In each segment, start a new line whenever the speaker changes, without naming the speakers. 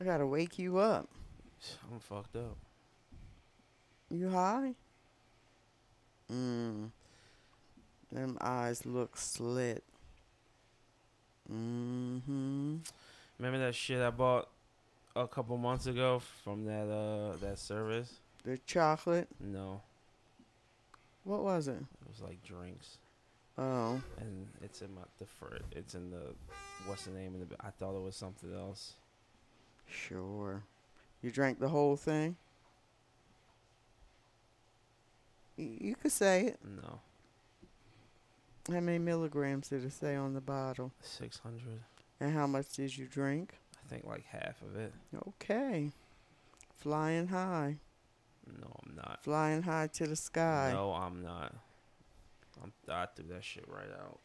I gotta wake you up.
I'm fucked up.
You high? Mmm. Them eyes look slit. Mm-hmm.
Remember that shit I bought a couple months ago from that uh that service?
The chocolate.
No,
What was it?
it was like drinks,
Oh.
and it's in my the fr- it's in the what's the name of the? I thought it was something else.
Sure. You drank the whole thing? Y- You could say it.
No,
How many milligrams did it say on the bottle?
six hundred.
And how much did you drink?
I think like half of it.
Okay. Flying high.
No, I'm not.
Flying high to the sky.
No, I'm not. I'm, I threw that shit right out.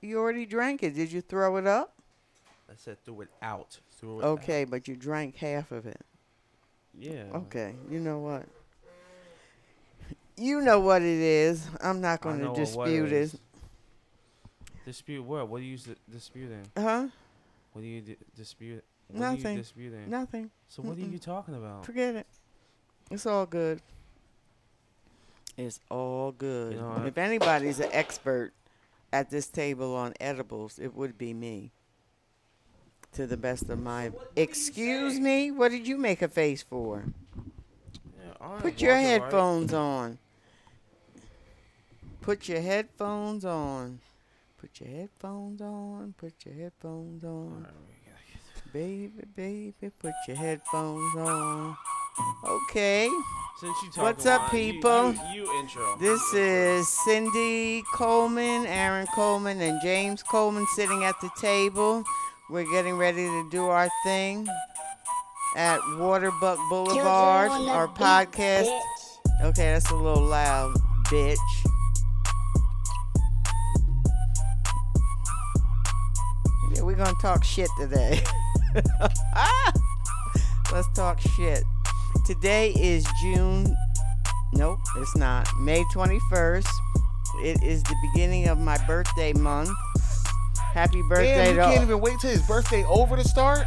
You already drank it. Did you throw it up?
I said threw it out. Threw it out.
Okay, but you drank half of it.
Yeah.
Okay, you know what? You know what it is. I'm not
I
going
know
to
what
dispute it.
is. Dispute what? What are you s- disputing?
Huh?
What are you di- dispute? What Are
Nothing.
you disputing?
Nothing.
So what
Mm-mm.
are you talking about?
Forget it. It's all good. It's all good.
know what?
if anybody's an expert at this table on edibles, it would be me. To the best of my. Excuse me? What did you make a face for?
Yeah, all right,
Put your
walk it right-
headphones on. Put your headphones on. Put your headphones on. Put your headphones
All
on.
right, we gotta get-
Baby, baby, put your headphones on. Okay.
Since you talk
What's
a
up,
lot, you-
people?
You, you intro.
This is Cindy Coleman, Aaron Coleman, and James Coleman sitting at the table. We're getting ready to do our thing at Waterbuck Boulevard, our podcast. Okay, that's a little loud, bitch. Yeah, we're gonna talk shit today. Let's talk shit. Today is June. Nope, it's not. May 21st. It is the beginning of my birthday month. Happy birthday
Damn, you can't
to
even wait till his birthday over to start.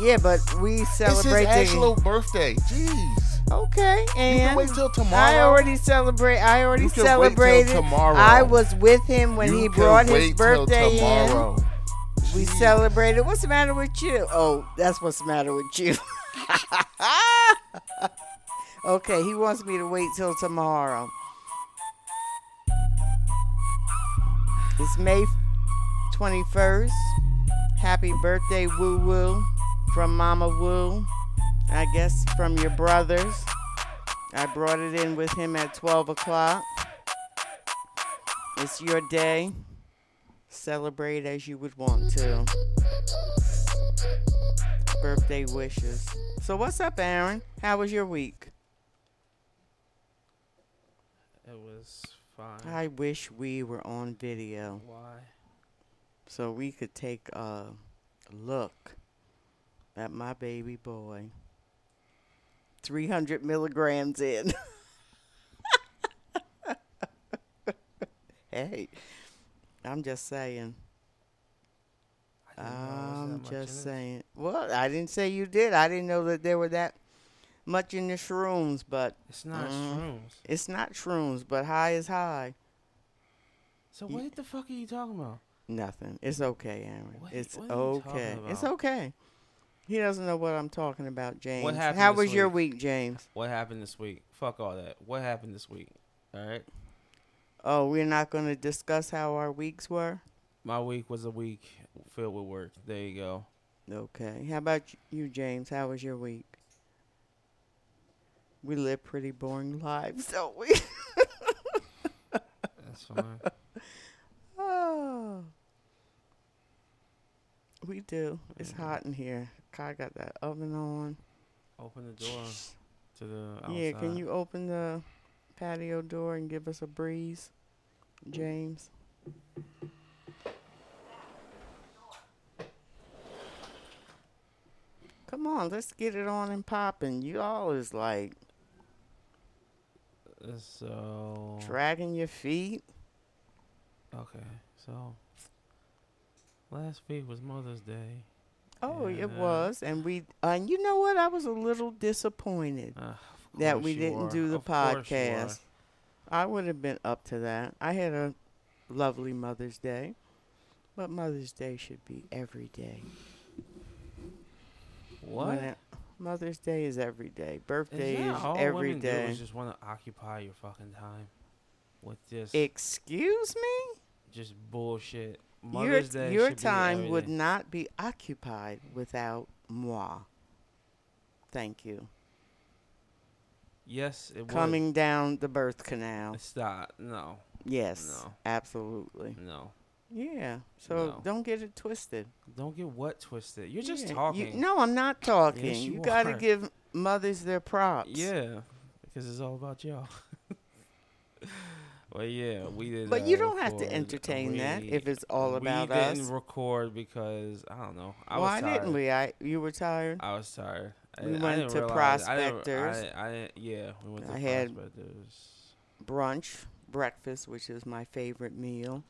Yeah, but we
It's his
celebrate the-
actual birthday. Jeez.
Okay, and
You can wait till tomorrow.
I already celebrate. I already
You can wait till
celebrated.
tomorrow.
I was with him when
you
he
can
brought his
wait till
birthday in.
tomorrow.
We
Jeez.
celebrated. What's the matter with you? Oh, that's what's the matter with you. okay, he wants me to wait till tomorrow. It's May 21st. Happy birthday, Woo Woo, from Mama Woo. I guess from your brothers. I brought it in with him at 12 o'clock. It's your day. Celebrate as you would want to. Birthday wishes. So, what's up, Aaron? How was your week?
It was fine.
I wish we were on video
Why?
so we could take a look at my baby boy. 300 milligrams in. hey, I'm just saying.
I didn't know there
I'm just
was that much in it.
saying. Well, I didn't say you did. I didn't know that there were that much in the shrooms, but
It's not
Mm.
shrooms.
it's not shrooms, but high is high.
So
Ye-
what the fuck are you talking about?
Nothing. It's okay, Aaron.
What-
it's
what are you talking
okay. It's
about?
okay. He doesn't know what I'm talking about, James.
happened
How
this
was your
week?
week, James?
What happened this week? Fuck all that. What happened this week? All right.
Oh, we're not going to discuss how our weeks were?
My week was a week filled with work. There you go.
Okay. How about you, James? How was your week? We live pretty boring lives, don't we?
That's fine.
Oh. We do. It's hot in here. Kai got that oven on.
Open the door to the outside.
Yeah, can you open the patio door and give us a breeze, James? Come on, let's get it on and popping. You all is like
So
dragging your feet.
okay. So last week was Mother's Day.
Oh,
Yeah.
it was, and we and you know what? I was a little disappointed
Uh, of
that
course
we
you
didn't
are.
do the
Of course you are.
podcast. I would have been up to that. I had a lovely Mother's Day, but Mother's Day should be every day. When
What?
it- Mother's Day is every day.
Is
Birthday
that
is
all
every
women do
day.
is just want to occupy your fucking time with this
Excuse me?
just bullshit.
Your,
Mother's Day
your
should be
time
every
would
day.
not be occupied without moi. Thank you.
Yes, it would.
Coming down the birth canal.
Stop. No,
Yes.
No.
Absolutely.
no.
Yeah. So
No.
don't get it twisted.
Don't get what twisted. You're just
Yeah, you-
talking.
no, I'm not talking.
Yes,
you
you
got to
are.
give mothers their props.
Yeah, because it's all about y'all. well, yeah, we did.
But you
uh,
don't have to
record.
entertain that
We-
if it's all about
we didn't
us.
record because I don't know. I
Why
was tired.
didn't we? I you were tired.
I was tired. I-
We
I
went
didn't
to
realize- I didn't-
Prospectors.
I, I didn't- yeah, we went to
I had-
prospectors.
Brunch, breakfast, which is my favorite meal.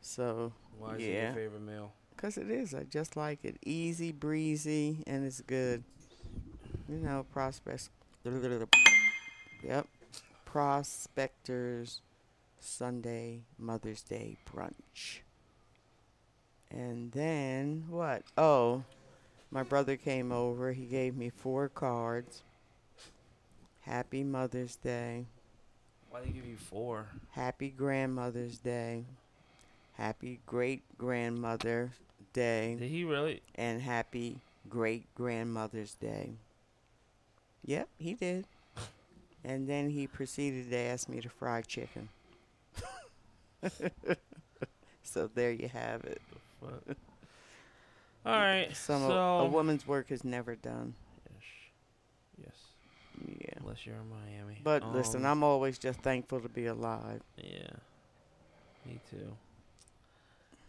So,
Why is it
yeah.
your favorite meal?
cause it is, I just like it. Easy breezy, and it's good. You know, prospects. Yep, prospectors. Sunday Mother's Day brunch. And then what? Oh, my brother came over. He gave me four cards. Happy Mother's Day.
Why they give you four?
Happy Grandmother's Day. Happy Great Grandmother Day.
Did he really?
And happy Great Grandmother's Day. Yep, he did. And then he proceeded to ask me to fry chicken. so there you have it.
What? All right.
Some
so
a, a woman's work is never done.
Yes. Yes.
Yeah.
Unless you're in Miami.
But listen,
Um,
I'm always just thankful to be alive.
Yeah. Me too.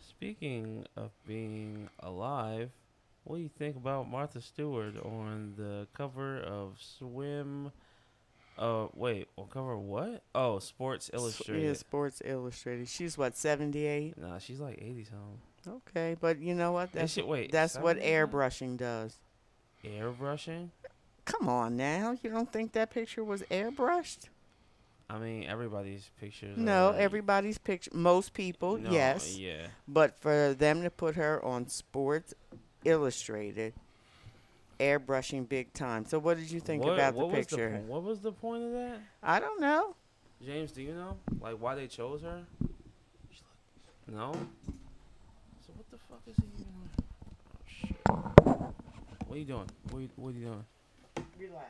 Speaking of being alive, what do you think about Martha Stewart on the cover of Swim? Uh, wait, on cover of what? Oh, Sports
S-
Illustrated.
Yeah, Sports Illustrated. She's what, 78?
Nah, she's like 80 something.
Okay, but you know what?
They
That's
should- wait,
that's what
70 something?
airbrushing does.
Airbrushing?
Come on now, you don't think that picture was airbrushed?
I mean, everybody's pictures. are
No,
like-
everybody's picture, most people,
Uh, No,
yes,
Yeah.
but for them to put her on Sports Illustrated, airbrushing big time. So what did you think
What-
about the
what was the
picture?
po- what was the point of that?
I don't know.
James, do you know like why they chose her? She's like, no. So what the fuck is he even? doing? Oh shit! What are you doing? What are you, what are you doing?
Relax.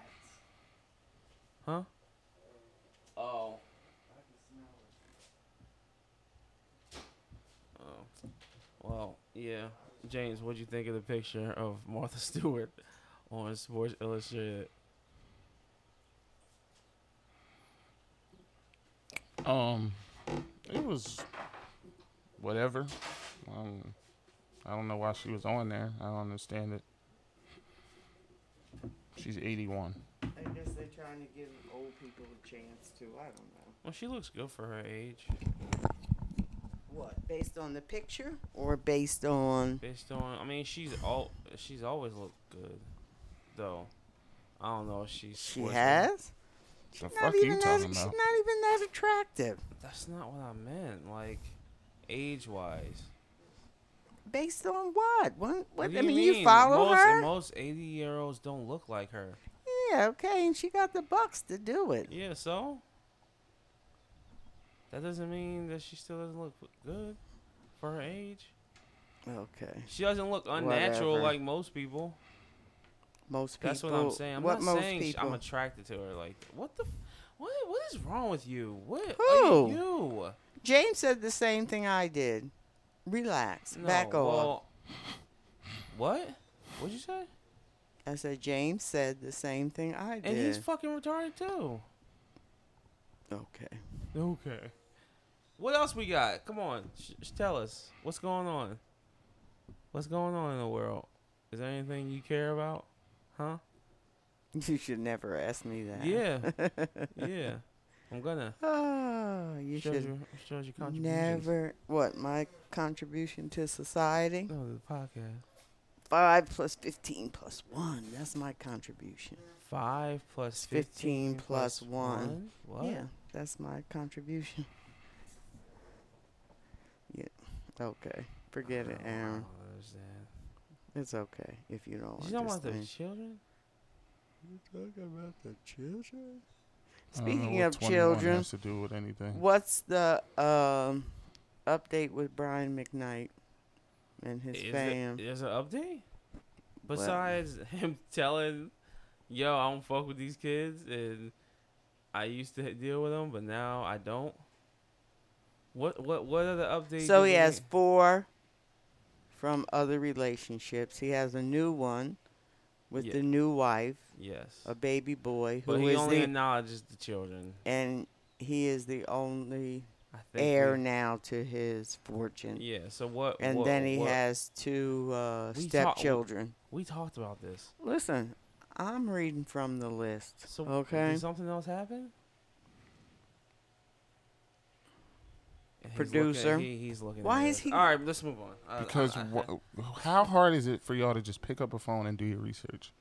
Huh? Oh. Oh. Well, yeah. James, what'd you think of the picture of Martha Stewart on Sports Illustrated?
Um, it was whatever. Um, I don't know why she was on there. I don't understand it. She's 81.
I guess they're trying to give old people a chance to. I don't know.
Well, she looks good for her age.
What? Based on the picture or based on?
Based on, I mean, she's all she's always looked good, though. I don't know if she's.
She
forced it.
has.
The
She's
fuck
not
are
even
you
that.
talking
She's not
about?
even that attractive.
That's not what I meant. Like, age wise.
Based on what? What? what? I mean, you follow
most,
her?
Most eighty year olds don't look like her.
yeah. Okay, and she got the bucks to do it.
Yeah, so that doesn't mean that she still doesn't look good for her age.
Okay.
She doesn't look unnatural
Whatever.
like most people.
Most people.
That's what I'm saying. I'm
what
not
most
saying sh-
people?
I'm attracted to her. Like, what the, f- what what is wrong with you? What are
Who?
you?
James said the same thing I did. Relax.
No,
Back off.
well, What? What'd you say?
I said James said the same thing I did.
And he's fucking retarded too.
okay.
Okay. What else we got? Come on, sh- sh- tell us what's going on. What's going on in the world? Is there anything you care about? Huh?
You should never ask me that.
Yeah. yeah. I'm gonna.
Oh, you
show
should
your, show your contributions.
never. What my contribution to society?
No, the podcast.
5 plus 15 plus 1. That's my contribution.
Five plus
15
fifteen,
plus one.
What?
Yeah, that's my contribution. Yeah. Okay. Forget it,
Oh, I don't
Aaron.
understand.
It's okay if you don't
You don't want the
understand.
children?
I don't know
Speaking
what
of
21
children,
has to do with anything.
What's the um, update with Brian McKnight and his
Is there-
fam?
There's an update. Besides him telling, "Yo, I don't fuck with these kids," and I used to deal with them, but now I don't. What what what are the updates?
So
that
he
they
has
get?
four from other relationships. He has a new one with
Yeah.
the new wife,
Yes.
a baby boy
But
who
he
is
only
the
acknowledges the children.
and he is the only
I think.
heir
we-
now to his fortune.
Yeah. So what?
And
what-
then he
what-
has two uh,
We talk-
stepchildren.
We talked about this.
Listen, I'm reading from the list.
So
okay.
Did something else happen? And he's looking-
Producer.
he- he's looking. at
Why
it.
is he-
All right, let's move on. I- I-
Because
I-
wha- how hard is it for y'all to just pick up a phone and do your research?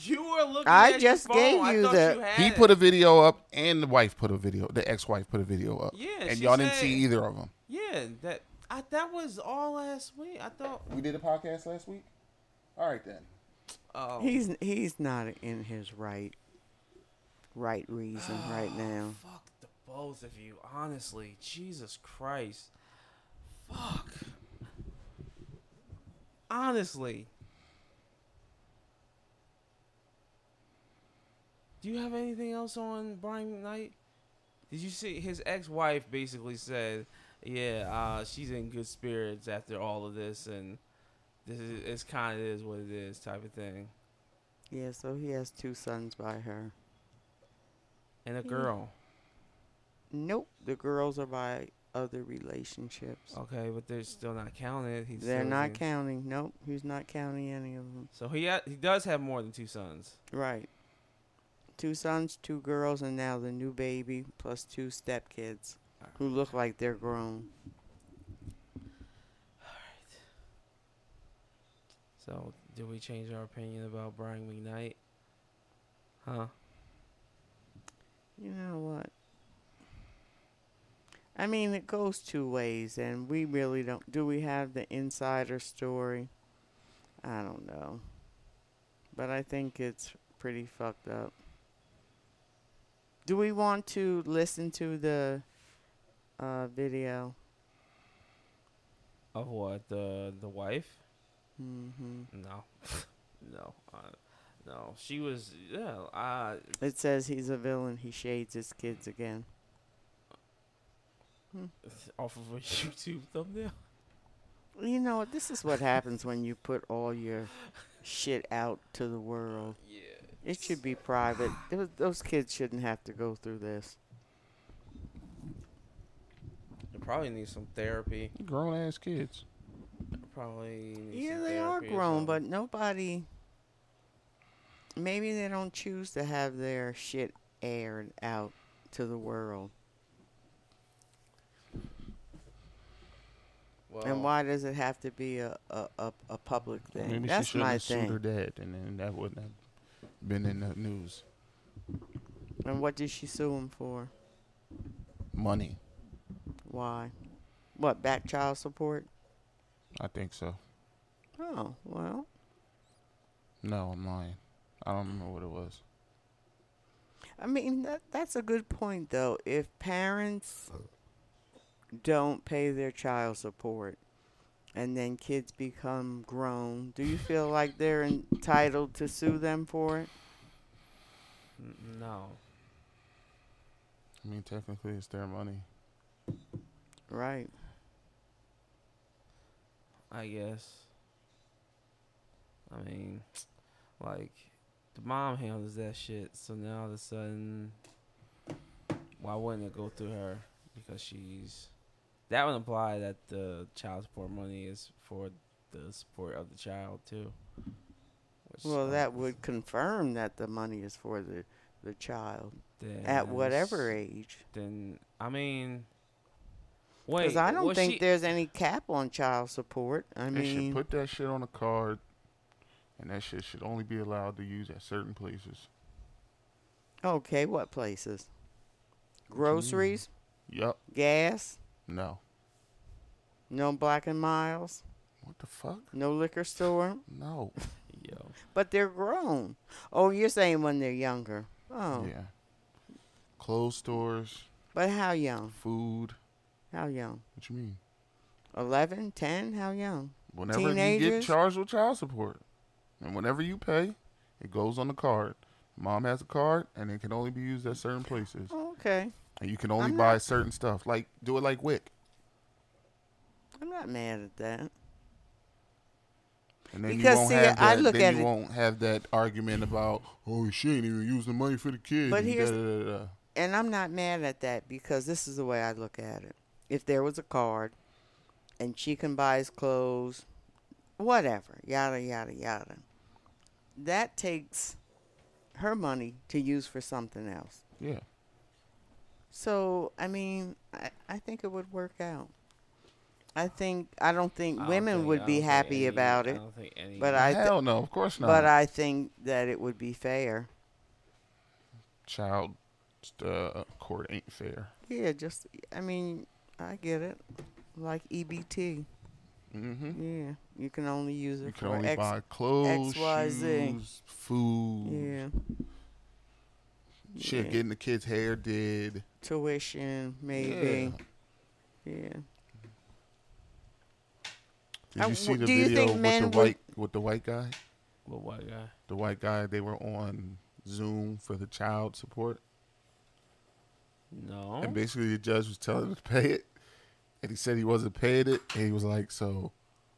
You were looking.
I
at
just
your
gave
phone. I
you
thought
the-
You had
He
it.
put a video up, and the wife put a video. The ex-wife put a video up.
Yeah,
and
she
y'all didn't
said-
see either of them.
Yeah, that I, that was all last week. I thought.
We did a podcast last week. All right then.
Oh,
He's he's not in his right right reason right now.
fuck the both of you. Honestly, Jesus Christ, fuck. Honestly, do you have anything else on Brian Knight? Did you see his ex-wife basically said, "Yeah, uh, she's in good spirits after all of this, and this is it's kind of is what it is type of thing."
Yeah, so he has two sons by her.
And a girl,
Nope, the girls are by other relationships.
okay, but they're still not counted. Oh, He's
They're
still
not
in-
counting. Nope, he's not counting any of them.
So he ha- he does have more than two sons.
Right. Two sons, two girls, and now the new baby plus two stepkids
Uh-huh.
who look like they're grown.
So did we change our opinion about Brian McKnight? Huh?
You know what? I mean, it goes two ways, and we really don't. Do we have the insider story? I don't know. But I think it's pretty fucked up. Do we want to listen to the uh, video?
Of what the the wife?
hmm
No, no, uh, no. She was yeah. Uh,
It says he's a villain. He shades his kids again.
off of a YouTube thumbnail.
You know, what? this is what happens when you put all your shit out to the world.
Yeah.
It should be private. Those, those kids shouldn't have to go through this.
They probably need some therapy.
Grown ass kids.
They Probably. Need
Yeah,
some
they are
therapy or
grown, but
something.
nobody. Maybe they don't choose to have their shit aired out to the world.
Well,
And why does it have to be a, a, a, a public thing?
Maybe
That's
she should
my
have sued her
thing.
dad, and then that wouldn't have been in the news.
And what did she sue him for?
Money,
Why? What, back child support?
I think so.
Oh, well.
No, I'm lying. I don't remember what it was.
I mean that that's a good point though. If parents don't pay their child support and then kids become grown, do you feel like they're entitled to sue them for it?
n- No.
I mean, technically, it's their money.
Right.
I guess. I mean, like, the mom handles that shit, so now all of a sudden, why wouldn't it go through her? Because she's. That would imply that the child support money is for the support of the child, too. Which,
Well,
like,
that would confirm that the money is for the the child
then
at whatever
it's-
age.
Then, I mean. Wait,
Because I don't
was
think
she-
there's any cap on child support. I
they should
mean,
put that shit on a card and that shit should only be allowed to use at certain places.
Okay, what places?
Mm.
Groceries,
Yup.
gas,
No.
no black and miles,
What the fuck?
no liquor store.
No.
Yo.
But they're grown. Oh, you're saying when they're younger. Oh,
Yeah. Clothes stores,
but how young?
food.
How young?
What you mean?
11, 10? How young?
Whenever you get
Teenagers?
charged with child support, and whenever you pay, it goes on the card. Mom has a card, and it can only be used at certain places.
Oh, okay.
And you can only
I'm
buy certain stuff. Like do it like Wick,
I'm not mad at that.
and then
Because,
you won't
see,
have that.
I look
then
at
you
it-
won't have that argument about oh she ain't even using the money for the kids.
But
and
here's-
da-da-da-da-da."
And I'm not mad at that because this is the way I look at it. If there was a card and she can buy his clothes, whatever, yada, yada, yada, that takes her money to use for something else.
yeah.
So, I mean, I, I think it would work out. I think, I don't think
I don't
women
think- I
would be
don't think
happy
any- uh,
about
I
it,
don't think any.
but I, th-
Hell no, of course not.
but I think that it would be fair.
child uh, court ain't fair.
Yeah, just, I mean, I get it. Like EBT.
Mm-hmm.
Yeah, you can only use it
You can
for
only
X.
buy clothes,
XYZ.
shoes, food,
yeah,
shit,
yeah.
getting the kids' hair did.
tuition maybe. Yeah.
Did
Uh,
you see
w-
the
do you
video
think
with
men
the
would-
white with the white guy?
Little white guy.
The white guy they were on Zoom for the child support,
No.
and basically the judge was telling him to pay it, and he said he wasn't paying it, and he was like, "So,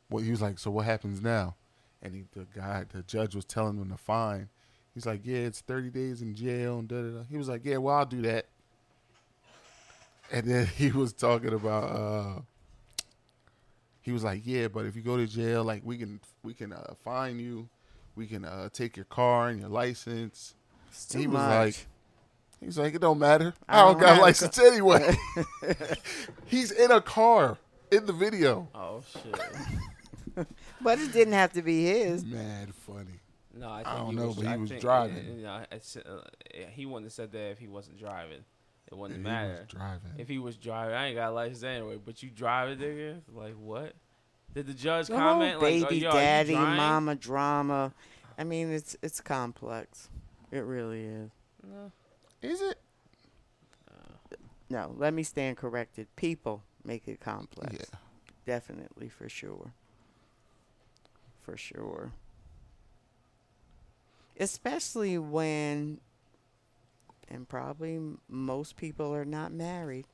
what?" He was like, "So what happens now?" And he, the guy, the judge was telling him to fine. He's like, "Yeah, it's thirty days in jail." And da da da. He was like, "Yeah, well, I'll do that." And then he was talking about. uh He was like, "Yeah, but if you go to jail, like we can we can uh, fine you, we can uh take your car and your license."
It's
He
too
was
much.
like- He's like, "It don't matter.
I
I don't,
don't
got
have
a
a
license anyway." He's in a car in the video.
Oh shit.
but it didn't have to be
Mm-hmm.
his.
Mad funny.
No, I, think
don't
he
know,
was,
but he
I
was
think-
driving.
yeah, You know, I said, uh, yeah, he wouldn't have said that if he wasn't driving. It
Yeah,
wouldn't
he
matter.
was driving.
If he was driving, I ain't got a license anyway. But you drive it, nigga. Like what? Did the judge
The whole
comment? like,
baby,
oh, yo, are you
daddy,
driving?
mama drama. I mean, it's it's complex. It really is.
No.
Is it?
No, let me stand corrected. People make it complex.
Yeah.
Definitely for sure. For sure. Especially when and probably m- most people are not married.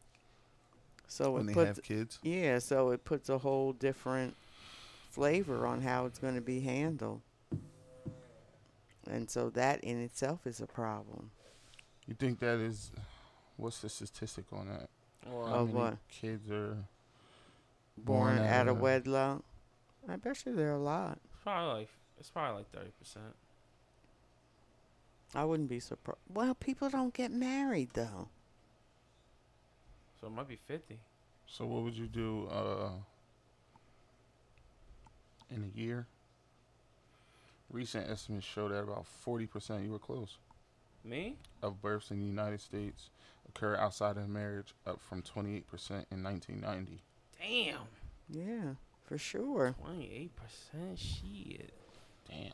So
When
it
they
puts
have kids.
yeah, so it puts a whole different flavor on how it's going to be handled. And so that in itself is a problem.
You think that is? What's the statistic on that?
Well,
Of what?
Kids are
Born out of
wedlock.
wedlock. I bet you there are a lot.
it's probably like it's probably like thirty percent.
I wouldn't be surprised. Well, people don't get married though.
So it might be fifty.
So what would you do uh, in a year? Recent estimates show that about forty percent you were close
Me?
of births in the United States occur outside of marriage, up from twenty eight percent in nineteen ninety.
Damn.
Yeah, for sure.
Twenty eight percent. Shit.
Damn.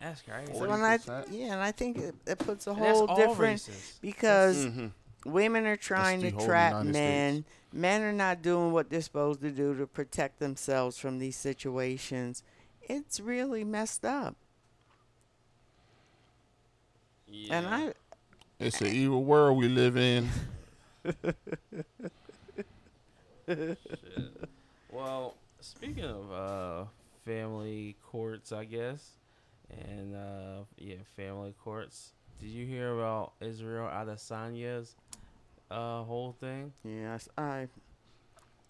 That's crazy.
So
Forty-
and I,
40%?
yeah, and I think it, it puts a
And that's mm.
whole
all
different
races.
because
Mhm.
women are trying
the
to
whole
trap
United
men.
States.
Men are not doing what they're supposed to do to protect themselves from these situations. It's really messed up,
Yeah.
and I
It's an evil world we live in.
Shit. Well, speaking of uh, family courts, I guess, and uh, yeah, family courts. Did you hear about Israel Adesanya's uh, whole thing?
yes, I.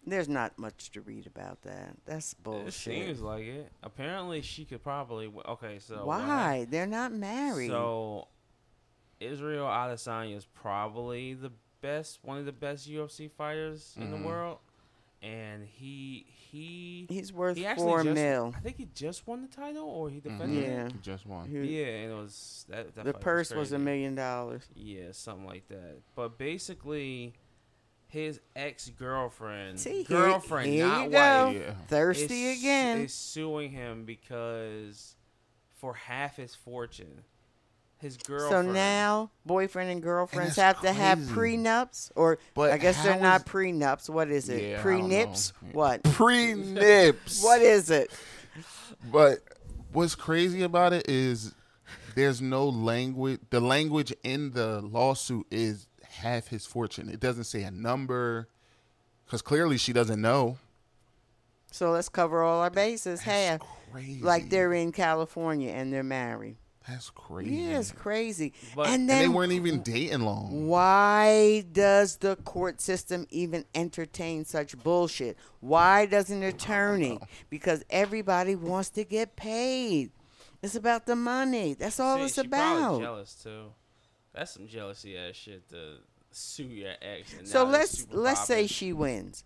There's not much to read about that. That's
It
bullshit.
seems like it. Apparently, she could probably. w- Okay, so what hap-
Why they're not married?
So Israel Adesanya is probably the best, one of the best UFC fighters in
Mhm.
the world, and he he
He's worth
he actually
four
just,
mil.
I think he just won the title or he
Mhm.
defended.
Yeah.
it.
He just won.
Who-
Yeah, and it was that. that
the
fight
purse was a
crazy.
million dollars.
Yeah, something like that. But basically, his ex girlfriend,
See, here-
girlfriend,
here
not
you
wife,
go.
Mm. Yeah.
Thirsty
is,
again.
is suing him because for half his fortune, his
So
girlfriend.
now boyfriend and girlfriends
that's
have to have
crazy.
prenups, or
But
I guess they're
how
not
is-
prenups. What is it?
Yeah, I don't know.
Prenips? What?
Pre-nips.
What is it?
But what's crazy about it is there's no language. The language in the lawsuit is half his fortune. It doesn't say a number because clearly she doesn't know.
So let's cover all our bases. Half.
Crazy.
Like they're in California and they're married.
That's crazy.
Yeah, it's crazy.
But-
and
And they
then
weren't even dating long.
Why does the court system even entertain such bullshit? Why does an attorney? Because everybody wants to get paid. It's about the money. That's all
See,
it's
she probably
about.
jealous too. That's some jealousy ass shit to sue your ex. And
So
now they're
let's
super
let's say
popular.
she wins.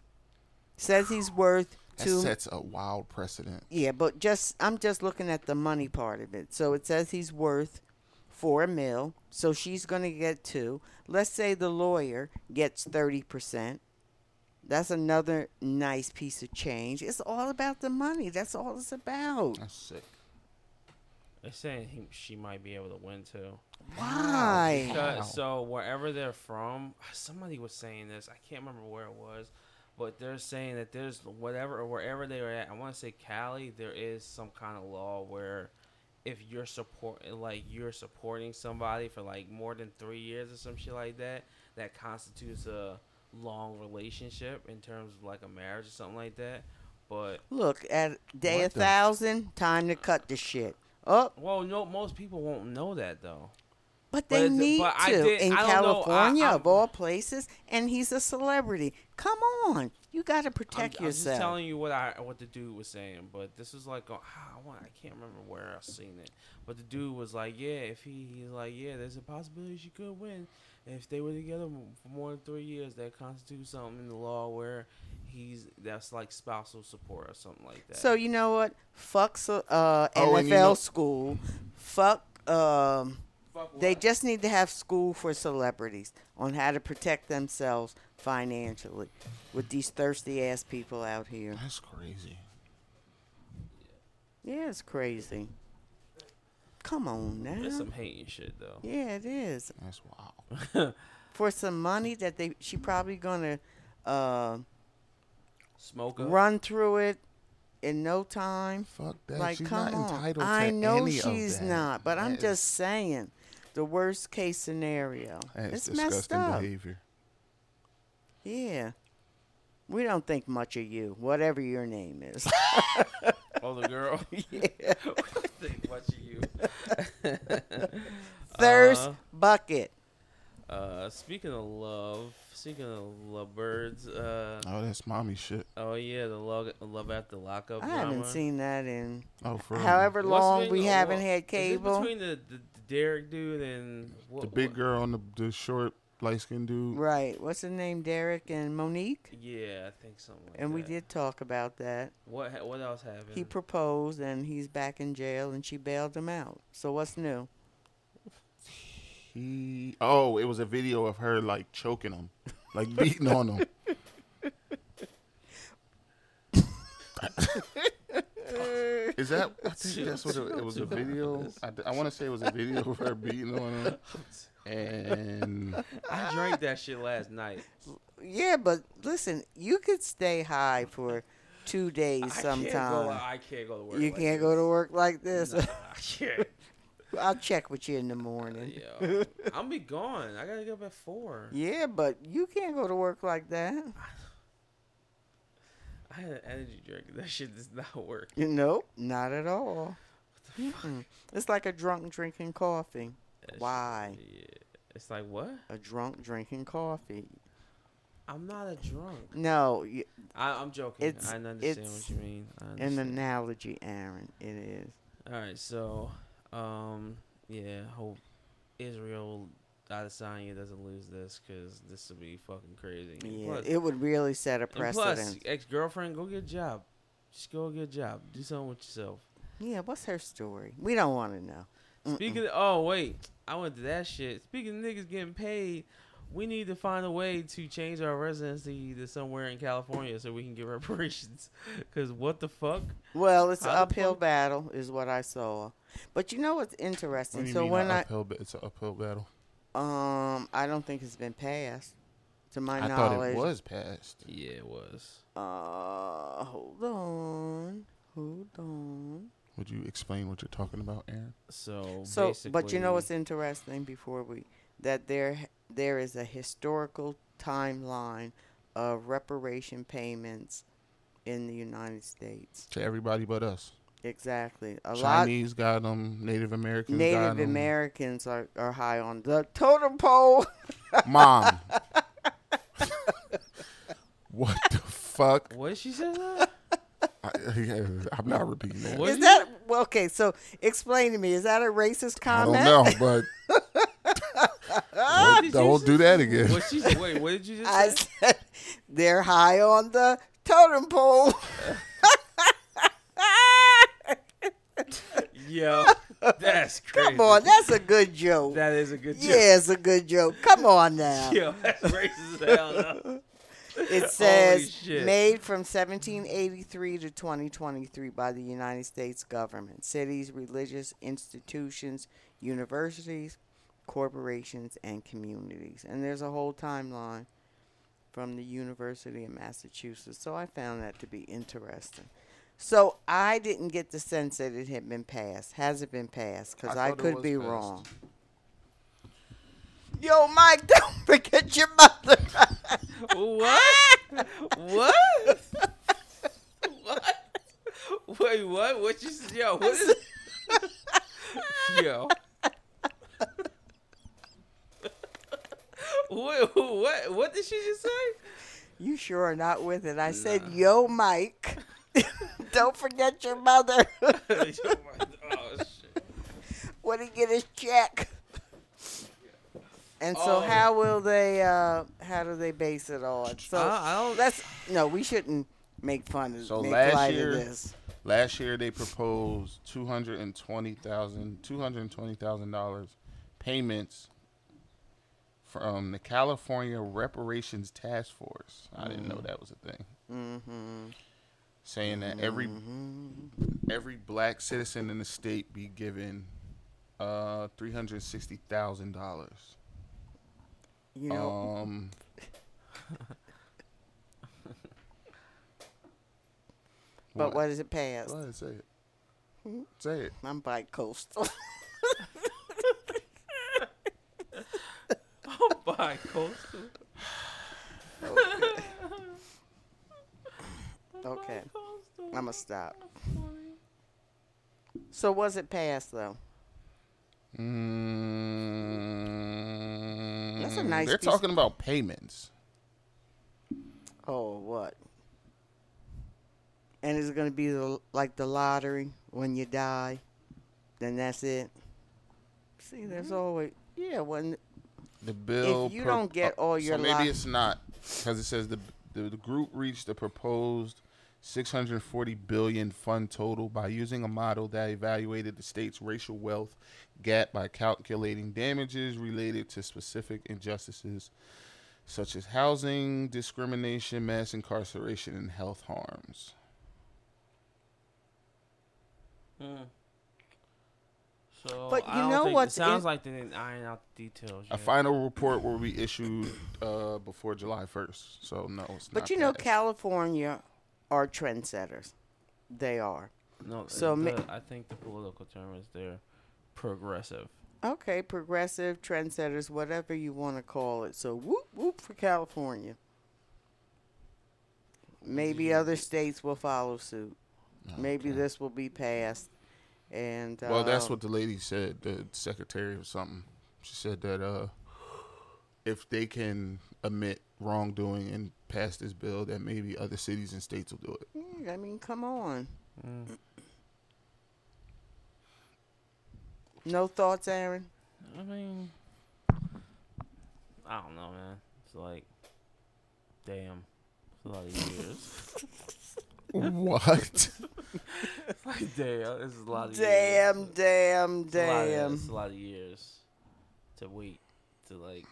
Says he's worth
That
two.
sets a wild precedent.
Yeah, but just I'm just looking at the money part of it. So it says he's worth four mil, so she's gonna get two. Let's say the lawyer gets thirty percent. That's another nice piece of change. It's all about the money. That's all it's about.
That's sick.
They're saying he, she might be able to win too.
Why?
Wow.
Because, so wherever they're from, somebody was saying this. I can't remember where it was, but they're saying that there's whatever or wherever they were at. I want to say Cali. There is some kind of law where if you're supporting like you're supporting somebody for like more than three years or some shit like that, that constitutes a long relationship in terms of like a marriage or something like that. But
Look at day a
What the f-
thousand. Time to cut the shit. Oh,
well, no, most people won't know that though.
but they
But-
need
but I
to
did-
in
I don't know. I-
California
I'm-
of all places, and he's a celebrity. Come on, you got to
I'm-
protect
I'm,
yourself.
just telling you what I what the dude was saying, but this is like a- ah, I want I can't remember where I seen it, but the dude was like, yeah, if he he's like, yeah, there's a possibility she could win if they were together m- for more than three years. That constitutes something in the law where he's that's like spousal support or something like that.
So you know what? Fuck so- uh,
Oh,
NFL
and you know-
school. Fuck. Um,
Fuck
they
what?
just need to have school for celebrities on how to protect themselves financially with these thirsty ass people out here.
That's crazy.
Yeah, it's crazy. Come on
There's
now.
some hating shit though.
Yeah, it is
That's wild.
for some money that they she probably gonna uh,
Smoker.
run through it in no time.
Fuck that.
Like,
she's
come
not
on.
entitled
I
to
know
any of
she's
that.
not, but I'm
That is-
just saying the worst case scenario.
that is
It's messed
disgusting
up.
behavior.
Yeah. We don't think much of you, whatever your name is.
Oh, the girl.
Yeah.
Think much of you.
Thirst
Uh,
bucket.
Uh, speaking of love, speaking of love birds, uh,
Oh, that's mommy shit.
oh yeah, the love, love after lockup.
I haven't
drama.
seen that in
Oh, for real.
however
What's
long
been-
we
what-
haven't
is
had
it
cable.
between the, the, the Derek dude and what,
the big
what-
girl and the, the short light skinned dude.
Right. What's the name? Derek and Monique?
Yeah, I think something. Like
And we
that.
did talk about that.
What ha- What else happened?
He proposed and he's back in jail and she bailed him out. So what's new?
He oh, it was a video of her like choking him, like beating on him. Is that? I think that's what it, it was. A video. I, want to say it was a video of her beating on him, and
I drank that shit last night.
Yeah, but listen, you could stay high for two days
I can't, go,
sometime.
I can't go to work.
You
like
can't go to work like
this.
this.
Nah, I can't.
I'll check with you in the morning.
Yo, I'm be gone. I gotta get up at four.
Yeah, but you can't go to work like that.
I had an energy drink. That shit does not work.
You know, not at all. Mm-mm. It's like a drunk drinking coffee.
That shit-
Why?
yeah. It's like what?
A drunk drinking coffee.
I'm not a drunk.
No, y-
I, I'm joking.
It's-
I understand
it's
what you mean. I
an
understand.
analogy, Aaron. It is.
All right, so, um, yeah, hope Israel Adesanya doesn't lose this because this would be fucking crazy. And
Yeah,
plus-
it would really set a
and plus,
precedent.
ex girlfriend, go get a job. Just go get a job. Do something with yourself.
yeah, what's her story? We don't want to know. Mm-mm.
Speaking of, oh wait, I went to that shit. Speaking of niggas getting paid, we need to find a way to change our residency to somewhere in California so we can get reparations. Cause what the fuck?
Well, it's an
How the
uphill
fuck-
battle, is what I saw. But you know what's interesting?
What do you
So
mean
when
a
I
uphill, ba- it's an uphill battle.
um, I don't think it's been passed, to my
I
knowledge.
thought it was passed.
Yeah, it was.
Uh, hold on, hold on.
Would you explain what you're talking about, Aaron?
So,
So, but you know
basically-
what's interesting? Before we that there there is a historical timeline of reparation payments in the United States.
To everybody but us.
Exactly, a lot.
Chinese got them. Native Americans got
Native
'em.
Americans are, are high on the totem pole.
Mom. what the fuck?
What she said? that?
I, I'm not repeating that.
What
Is
did you-
that well, okay? So explain to me, is that a racist
I don't
comment?
know, but
What did you
don't
say?
do that again.
What she? Wait, what did you just
I
say?
said they're high on the totem pole.
Yo, that's crazy.
Come on, that's a good joke.
that is a good joke.
yeah, it's a good joke. Come on now.
Yo, that's racist as hell. though.
It says
shit.
made from 1783 to 2023 by the United States government, cities, religious institutions, universities, corporations, and communities. And there's a whole timeline from the University of Massachusetts. So I found that to be interesting. So I didn't get the sense that it had been passed. Has it been passed? Because I,
I thought it
could
was
be
passed.
wrong. Yo, Mike, don't forget your mother.
What? what? What? Wait, what? What you said? Yo, what is? Yo. what, what? What did she just say?
You sure are not with it. I said, Yo, Mike, don't forget your mother
oh shit!
when he get his check. And so,
Oh.
how will they? Uh, how do they base it on? So
I- I don't-
let's no. We shouldn't make fun of
Ah. So
make
last
light
year-
of this.
Last year they proposed two hundred and twenty thousand two hundred and twenty thousand dollars payments from the California Reparations Task Force. I didn't know that was a thing. Saying that every every black citizen in the state be given uh three hundred sixty thousand dollars.
You know,
Um,
but
what-
what is it past?
Go ahead, say it. Say it.
I'm bi coastal.
Oh my coastal.
okay, I'ma stop. So was it passed though?
Mm,
That's a nice
They're
piece-
talking about payments.
Oh, what? And it's gonna be the, like the lottery when you die. Then that's it. See, there's always yeah. When
The bill. uh,
you don't get all your
so maybe
lot-
it's not because it says the, the the group reached the proposed 640 billion fund total by using a model that evaluated the state's racial wealth gap by calculating damages related to specific injustices such as housing discrimination, mass incarceration, and health harms.
Mm. So,
But
I
you
don't
know
think- It
what's
sounds
in-
like they didn't iron out the details.
A
Yet.
final report will be issued uh, before July 1st. So, no, it's not.
but you know,
passed.
California are trendsetters. They are
No,
So
so
ma-
the, I think the political term is they're progressive.
okay, progressive trendsetters, whatever you want to call it. So whoop whoop for California. Maybe other states will follow suit. Maybe
Okay.
this will be passed. And
Well, that's
uh,
what the lady said, the secretary or something. She said that uh, if they can admit wrongdoing and pass this bill, that maybe other cities and states will do it.
Yeah, I mean, come on. Hmm.
Mm.
No thoughts, Aaron?
I mean, I don't know, man. It's like, damn, it's a lot of years.
what?
it's like, damn, this is a lot of
Damn,
years.
damn,
It's a lot of-
damn.
It's a lot of years to wait to like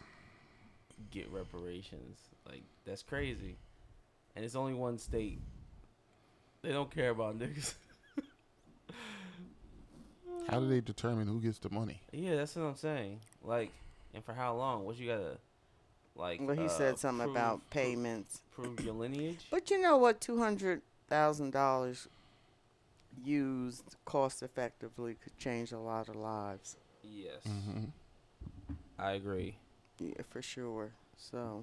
get reparations. Like that's crazy, and it's only one state. They don't care about niggas.
How do they determine who gets the money?
yeah, that's what I'm saying. Like, and for how long? What you gotta like?
Well, he
uh,
said something
prove-
about
pro-
payments.
Prove your lineage.
But you know what? Two hundred thousand dollars used cost effectively could change a lot of lives.
Yes,
hmm
I agree.
Yeah, for sure. So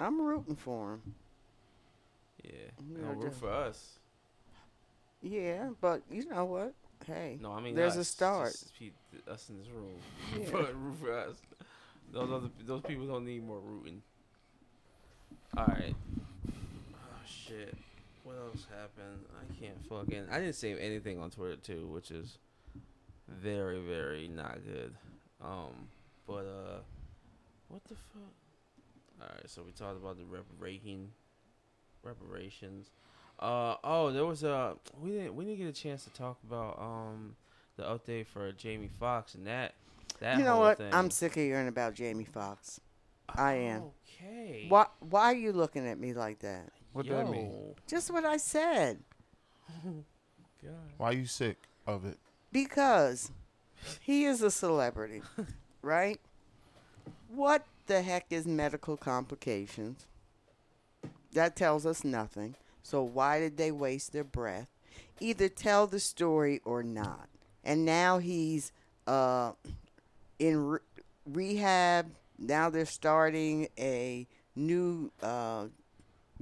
I'm rooting for him.
Yeah,
We
no,
are
root
def-
for us.
Yeah, but you know what? Hey,
No, I mean
There's a
us,
start.
just pe- us in this room,
Yeah.
but root for us. Those other those people don't need more rooting. All right. Oh shit. What else happened? I can't fucking. I didn't see anything on Twitter too, which is very very not good. Um, but uh, what the fuck? All right, so we talked about the reparation reparations. Uh oh, there was a we didn't we didn't get a chance to talk about um the update for Jamie Foxx and that that
you know
whole
what?
thing.
I'm sick of hearing about Jamie Foxx. I am.
Okay.
Why? Why are you looking at me like that?
What that mean?
Yo.
Just what I said.
God.
Why you sick of it?
because he is a celebrity, right? What the heck is medical complications? That tells us nothing. So why did they waste their breath? Either tell the story or not. And now he's uh, in re- rehab. Now they're starting a new uh,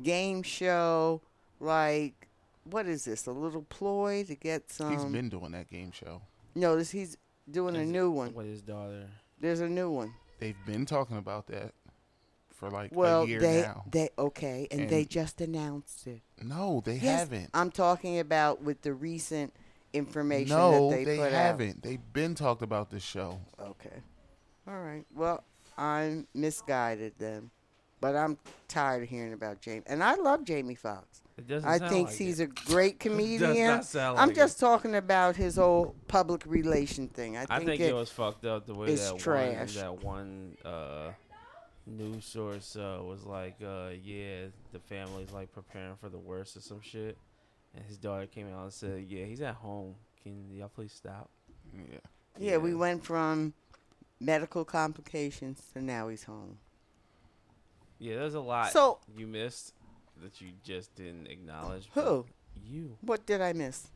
game show. Like, what is this? A little ploy to get some.
He's been doing that game show.
No, this he's doing a
Is it-
new one.
With his daughter.
There's a new one.
They've been talking about that for like
Well,
a year
they
now.
they okay, and, they
And-
just announced it.
no, they
Yes,
haven't.
I'm talking about with the recent information
No,
that they,
they,
put
haven't. They've been talked about this show.
out. Okay. All right. Well, I'm misguided then, but I'm tired of hearing about Jamie. And I love Jamie Foxx.
It doesn't
I
sound
think
like
he's
it.
a great comedian.
not sound
I'm
like
just talking about his whole public relation thing. I think,
I think
it,
it was fucked up the way
is
that
trash.
one that one uh, news source uh, was like, uh, yeah, the family's like preparing for the worst or some shit, and his daughter came out and said, yeah, he's at home. Can y'all please stop?
Yeah.
yeah, we went from medical complications to now he's home.
Yeah, there's a lot
So-
you missed that you just didn't acknowledge. but
Who?
You.
What did I miss?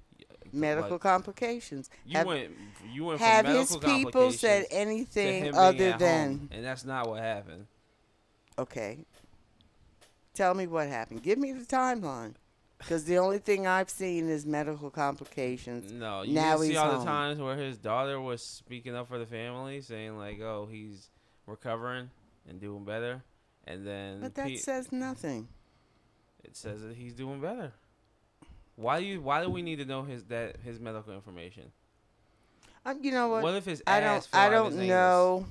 Medical
Like,
complications.
you
have
went. You went.
have
from
his
medical
people said
complications to him
anything
being
other
at
than
home, and that's not what happened.
okay? Tell me what happened. Give me the timeline, because the only thing I've seen is medical complications.
No, you
Now
didn't see
he's
all
home.
the times where his daughter was speaking up for the family, saying like, "Oh, he's recovering and doing better," and then
But that
Mm, pe-
says nothing.
it says that he's doing better. Why do you? Why do we need to know his that his medical information?
Um, you know
What,
what?
if his
I
ass
don't.
fell
I
out of
don't
his anus?
know.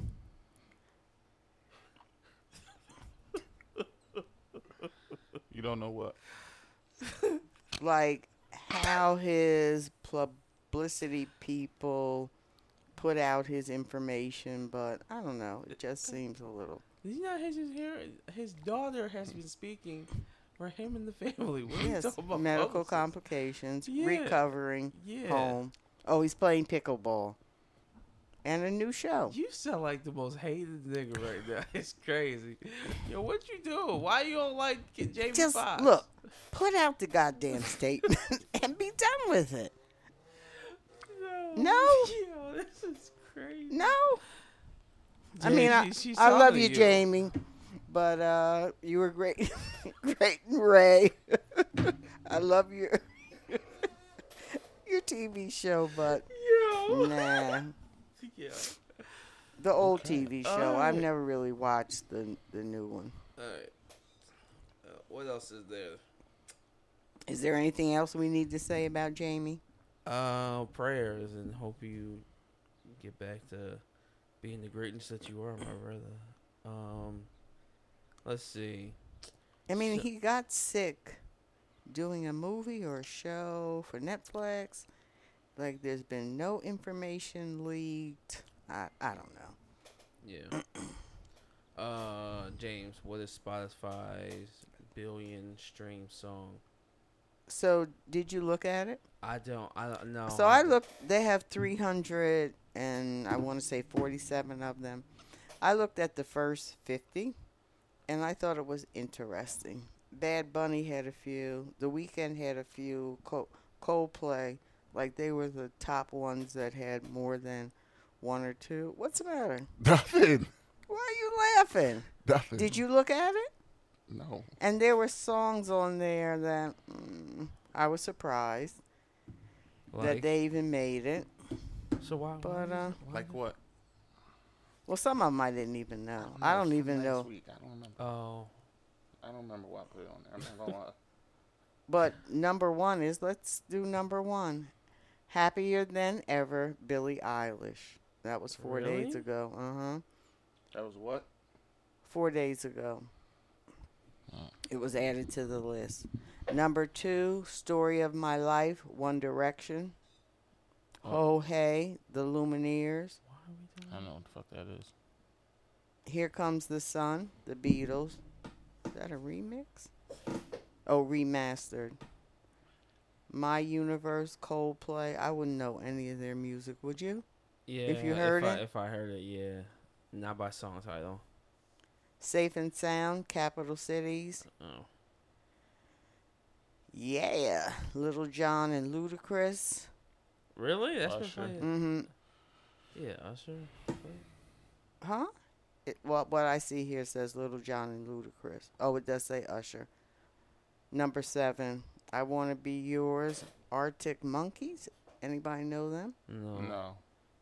You don't know what?
like how his publicity people put out his information, but I don't know. It just seems a little.
Did you know his his, hair, his daughter has been speaking for him and the family? What are you
Yes,
talking about
medical
publicist?
complications,
Yeah.
recovering,
Yeah,
home. Oh, he's playing pickleball. And a new show.
you sound like the most hated nigga right now. It's crazy. Yo, what you doing? Why you don't like Jamie
Just
Foxx?
look, put out the goddamn statement and be done with it. No.
Yo, this is crazy.
No, I mean, I, I love you, Jamie, but uh, you were great, great and Ray. I love your your TV show, but
Yo.
nah,
yeah.
the old
Okay.
TV show. I've
Alright.
never really watched the the new one.
All right. Uh, what else is there?
Is there anything else we need to say about Jamie?
Uh, prayers and hope you get back to being the greatness that you are, my brother. Um, let's see.
I mean,
So-
he got sick doing a movie or a show for Netflix. Like, there's been no information leaked. I, I don't know.
Yeah. uh, James, what is Spotify's billion stream song?
So, did you look at it?
I don't. I don't know.
so, I looked, they have 300 and I want to say 47 of them. I looked at the first 50 and I thought it was interesting. Bad Bunny had a few, The Weeknd had a few, Col- Coldplay. Like, they were the top ones that had more than one or two. What's the matter?
Nothing.
Why are you laughing?
Nothing.
Did you look at it?
No.
And there were songs on there that mm, I was surprised that
Like,
they even made it.
so why? why
but,
is-
uh,
why
Like
is-
what?
Well, some of them I didn't even know. I don't even know.
I don't remember.
Oh,
I don't remember why I put it on there. I'm not gonna lie.
But number one is let's do number one. Happier than ever, Billie Eilish. That was four days
Really?
ago. Uh huh.
That was what?
Four days ago. It was added to the list. Number two, Story of My Life, One Direction. Ho Hey, The Lumineers.
why are we doing?
I don't know what the fuck that is.
Here Comes the Sun, The Beatles. Is that a remix? Oh, remastered. My Universe, Coldplay. I wouldn't know any of their music, would you?
Yeah.
you heard
if I,
it?
if I heard it, yeah. Not by song title.
Safe and Sound, Capital Cities.
Oh.
Yeah. Little John and Ludacris.
Really? That's been
Usher.
playing.
Mm-hmm.
Yeah, Usher.
Huh? It, well, what I see here says Little John and Ludacris. Oh, it does say Usher. Number seven, I Want to Be Yours, Arctic Monkeys. Anybody know them?
No.
No.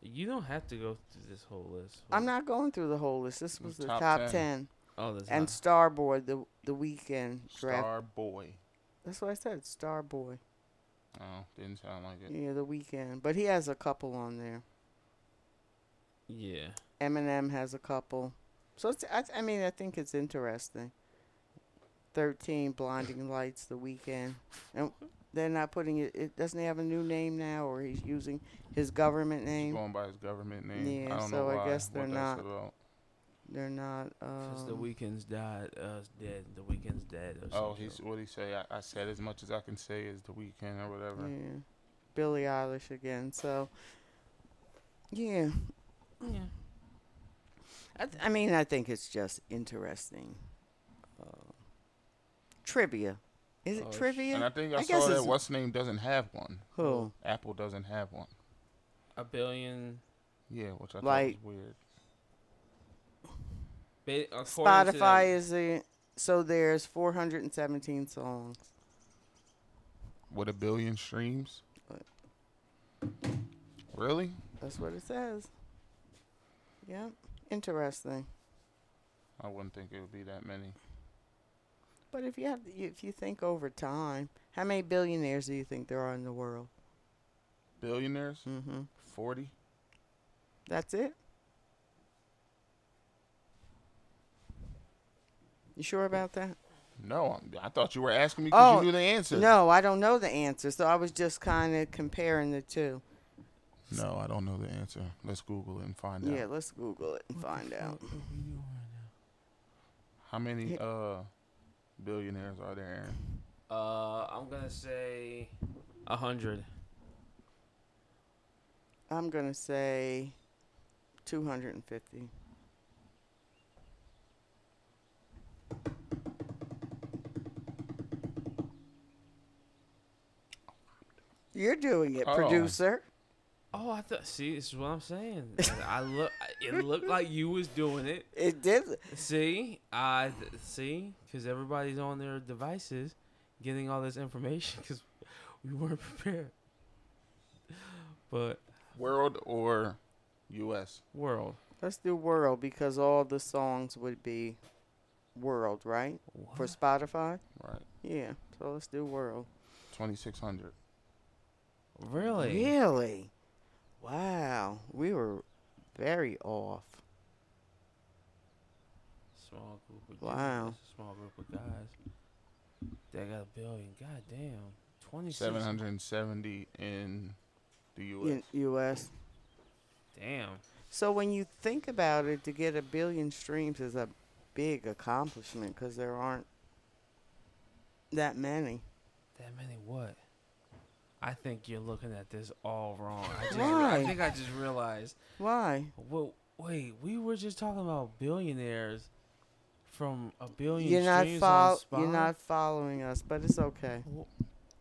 You don't have to go through this whole list.
I'm not going through the whole list. This
The
was the top,
top
10.
10.
Oh, this
And
not-
Starboard, the the weekend draft.
Star Boy.
That's what I said, Starboard.
Oh, didn't sound like it.
Yeah, the weekend. But he has a couple on there.
yeah.
Eminem has a couple. So it's, I, I mean, I think it's interesting. Thirteen blinding lights the weekend, and they're not putting it. It doesn't he have a new name now, or he's using his government
He's
name.
going by his government name.
Yeah,
I don't
so
know
I
why.
guess
what
they're
that's
not-
about.
They're not.
Since
Um,
the weekend's died, us dead. The weekend's dead. Or
Oh,
some
he's
shit.
what he say? I, I said as much as I can say is the weekend or whatever.
yeah, Billie Eilish again. So, yeah,
Yeah.
I, th- I mean, I think it's just interesting. Uh, trivia, is it
Oh, sh-
trivia?
And I think
I
I,
guess
saw that
it's-
what's name doesn't have one.
Who?
Apple doesn't have one.
A billion.
Yeah, which I
Like-
thought was weird.
Ba- according to
Spotify
them-
is the so there's 417 songs.
With a billion streams.
What?
Really?
That's what it says. Yeah, interesting.
I wouldn't think it would be that many.
But if you have if you think over time, how many billionaires do you think there are in the world?
Billionaires?
hmm
Forty?
That's it. You sure about that?
No, I'm- I thought you were asking me
Oh,
because you knew the answer.
No, I don't know the answer. So I was just kind of comparing the two.
No, I don't know the answer. Let's Google it and find
Yeah,
out.
let's Google it and find out.
How many
Yeah.
uh billionaires are there, Aaron?
Uh, I'm gonna say a hundred.
I'm gonna say 250. You're doing it,
Oh.
producer.
Oh, I thought. See, this is what I'm saying. I look. It looked like you was doing it.
It did.
See, I see, because everybody's on their devices, getting all this information because we weren't prepared. But
World or U.S.
world,
Let's do world because all the songs would be world, right? For
what?
Spotify?
Right.
Yeah. So let's do world.
Twenty six hundred.
really?
Really? Wow. We were very off.
small group of
Wow.
dudes, a small group of guys that got a billion. God damn. 27.
Seven hundred and seventy in the U.S.
in U.S.
Damn.
So when you think about it, to get a billion streams is a big accomplishment because there aren't that many.
That many what? I think you're looking at this all wrong. I, just,
Why?
I think I just realized.
Why?
Well, wait, we were just talking about billionaires from a 1000000000
You're not
streams
fol-
on Spotify.
You're not following us, but it's okay.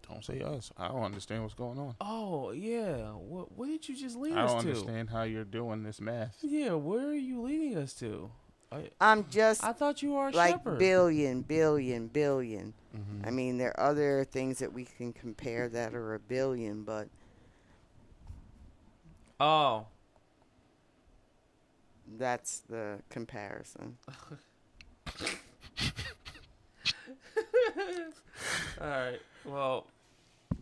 Don't say us. I don't understand what's going on.
Oh yeah. What what did you just lead
I
us
don't
to?
understand how you're doing this math.
Yeah, where are you leading us to? I,
I'm just
I thought you were a
like
shepherd.
billion, billion, billion.
Mm-hmm.
I mean, there are other things that we can compare that are a billion, but
Oh,
that's the comparison.
all right. Well,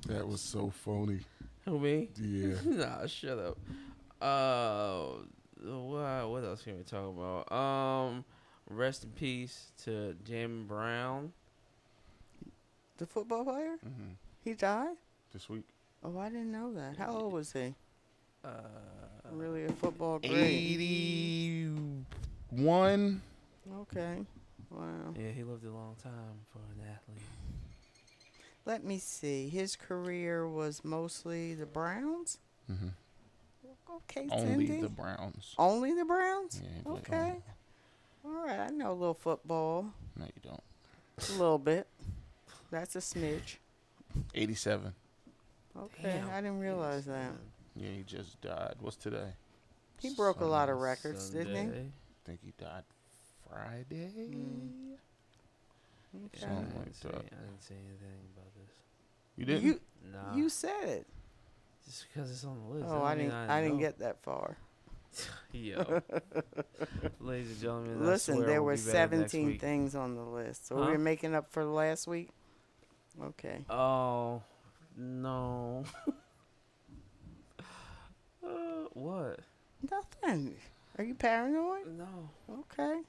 That was so phony.
who me?
Yeah.
nah, shut up. Uh, what, what else can we talk about? Um, rest in peace to Jim Brown.
The football player?
hmm
He died?
This week,
Oh, I didn't know that. How old was he?
Uh,
Really a football great.
eighty-one.
Okay. Wow.
yeah, he lived a long time for an athlete.
Let me see. His career was mostly the Browns?
Mm-hmm.
Okay,
Only
Cindy.
the Browns.
Only the Browns?
Yeah, but, um,
Okay. All right, I know a little football.
No, you don't.
A little bit. That's a smidge.
Eighty-seven.
Okay,
Damn.
I didn't realize that.
Yeah, he just died. What's today?
He broke a lot of
Sun-
records, didn't
Sunday.
I think he died Friday.
Mm. he?
Yeah,
Okay.
I,
Something
didn't
like
see, I
that.
didn't see anything about this.
You didn't.
You
Nah,
you said it.
just because it's on the list.
Oh,
doesn't
I
mean
didn't. I didn't
know.
get that far.
Yo. Ladies and gentlemen, I
Listen,
swear
there
we'll
were
be better next
17
week.
things on the list, so
Huh?
we're making up for last week. Okay.
Oh no. uh, what?
Nothing. Are you paranoid?
No.
Okay.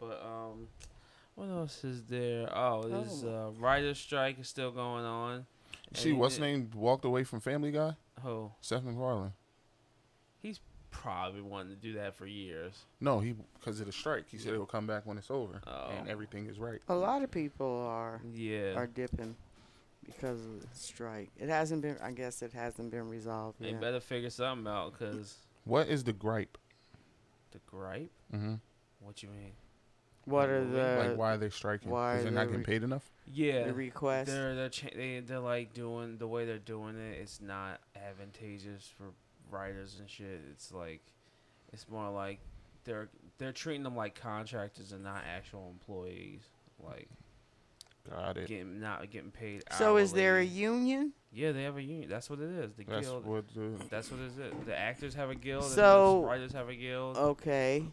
But um, what else is there? Oh, this uh, writer strike is still going on.
You see,
And-
what's name walked away from Family Guy?
Oh,
Seth MacFarlane.
he's probably wanting to do that for years.
No, he because of the strike. He said it'll come back when it's over and
Oh.
everything is right.
A lot of people are
Yeah.
are dipping because of the strike. It hasn't been. I guess it hasn't been resolved
They
yet.
better figure something out because
What is the gripe?
the gripe.
Mm-hmm.
What you mean?
What are
Like,
the
like why are they striking?
Uh, why
Is
are
they not
they
getting
re-
paid enough?
Yeah.
the requests?
They're they're cha- they they're like doing the way they're doing it. It's not advantageous for writers and shit. It's like it's more like they're they're treating them like contractors and not actual employees. Like
Got it.
getting not getting paid.
So is there a
hourly.
union?
Yeah, they have a union. That's what it is. The
That's
guild.
what the
That's what it is. The actors have a guild. and
So- Oh.
the writers have a guild.
Okay,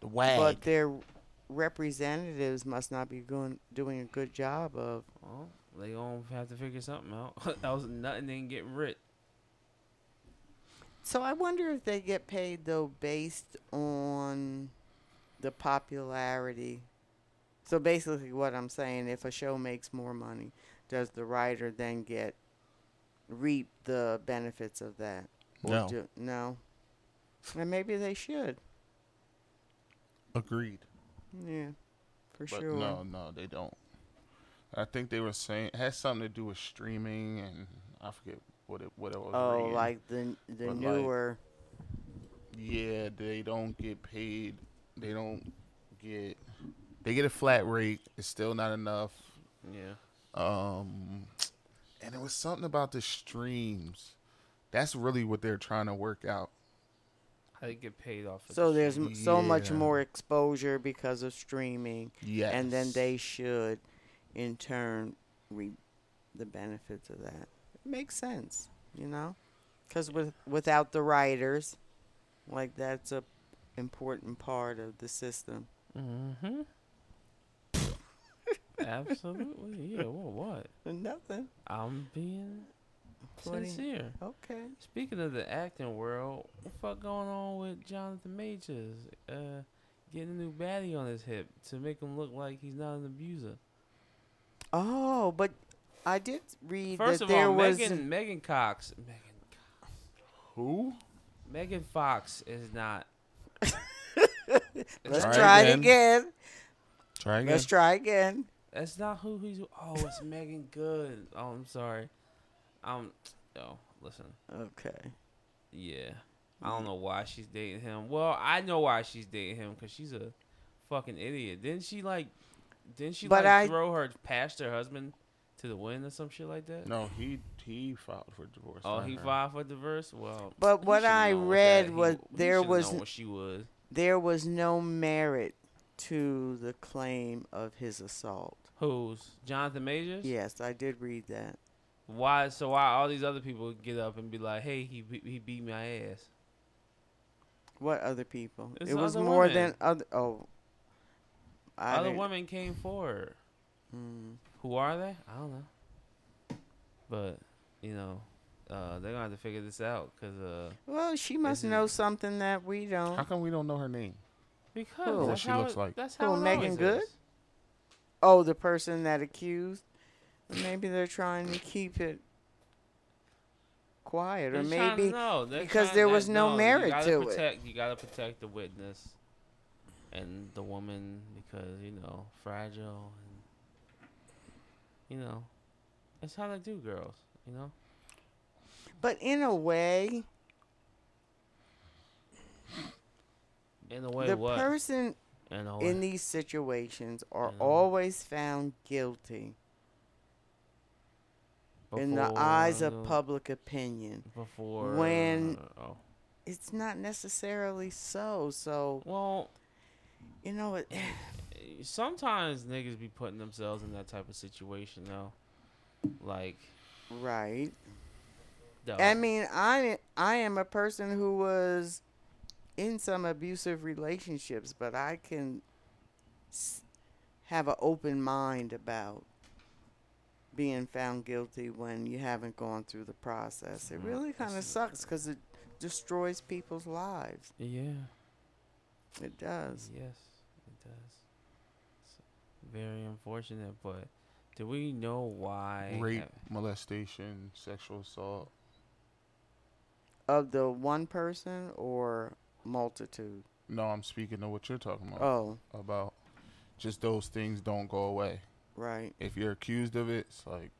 the
but their representatives must not be going doing a good job of.
Well, they gonna have to figure something out. that was nothing. They ain't getting rich.
So I wonder if they get paid though based on the popularity. So basically, what I'm saying, if a show makes more money, does the writer then get reap the benefits of that?
No.
do- no. And maybe they should.
Agreed.
Yeah, for
But
sure.
no, no, they don't. I think they were saying it has something to do with streaming and I forget what it what it was.
oh,
reading.
like the the
But, like,
newer.
yeah, they don't get paid. They don't get they get a flat rate. It's still not enough.
Yeah.
Um, and it was something about the streams. That's really what they're trying to work out.
How they get paid off. of
So
the
there's
shit.
m- so much
Yeah.
more exposure because of streaming,
Yes.
and then they should, in turn, reap the benefits of that. It makes sense, you know, because with without the writers, like that's a important part of the system.
Mm-hmm. Absolutely. Yeah. Well, what?
Nothing.
I'm being
What do you-
sincere.
Okay.
Speaking of the acting world, what the fuck going on with Jonathan Majors? Uh, getting a new baddie on his hip to make him look like he's not an abuser.
Oh, but I did read
First
that
of
there
all,
was
Megan Megan Cox Megan
Who?
Megan Fox is not.
Let's
Try
try it
again.
again.
Try again.
Let's try again.
That's not who he's. Oh, it's Megan Good. Oh, I'm sorry. Um, oh, listen.
Okay.
Yeah, I don't know why she's dating him. Well, I know why she's dating him because she's a fucking idiot. Didn't she like? Didn't she
But
like
I-
throw her past her husband to the wind or some shit like that?
no, he he filed for divorce.
Oh,
not
he
her.
filed for divorce. Well,
But
he
what
shoulda
I
known that.
read
He-
was
he
there
shoulda
was
known
n-
what she was.
There was no merit to the claim of his assault.
Who's Jonathan Majors?
Yes, I did read that.
Why? So why all these other people get up and be like, "Hey, he be- he beat my ass."
What other people?
It's
it was
other
more
women.
than other. Oh, I
other
didn't-
women came forward.
Mm.
Who are they? I don't know. But you know, uh, they're gonna have to figure this out because uh,
Well, she must
This is-
know something that we
How
don't.
come we don't know her name?
because
Who?
that's
What she
how
looks
it-
like.
That's
Who,
how it
Megan
always
Good?
is.
Oh, the person that accused. Maybe they're trying to keep it quiet, or
They're trying to
maybe
know. They're
because
trying-
there
that-
was no merit
you gotta
to it.
protect, You gotta protect the witness and the woman because you know fragile and you know that's how they do girls. You know.
But in a way,
In a way,
the
what?
person
in a way.
in these situations are
Yeah.
always found guilty in the eyes of
Before-
public opinion.
Before
when-
oh.
It's not necessarily so. So,
well,
you know,
Mm.
it,
sometimes niggas be putting themselves in that type of situation though. Like,
right.
the,
I mean, I I am a person who was in some abusive relationships, but I can s- have an open mind about being found guilty when you haven't gone through the process. It
Mm,
really kind of
that's-
sucks because it destroys people's lives.
yeah,
It does.
yes, it does. It's very unfortunate, but do we know why?
Rape, molestation, sexual assault.
Of the one person or multitude.
No, I'm speaking of what you're talking about.
Oh,
About just those things don't go away.
right.
If you're accused of it, it's like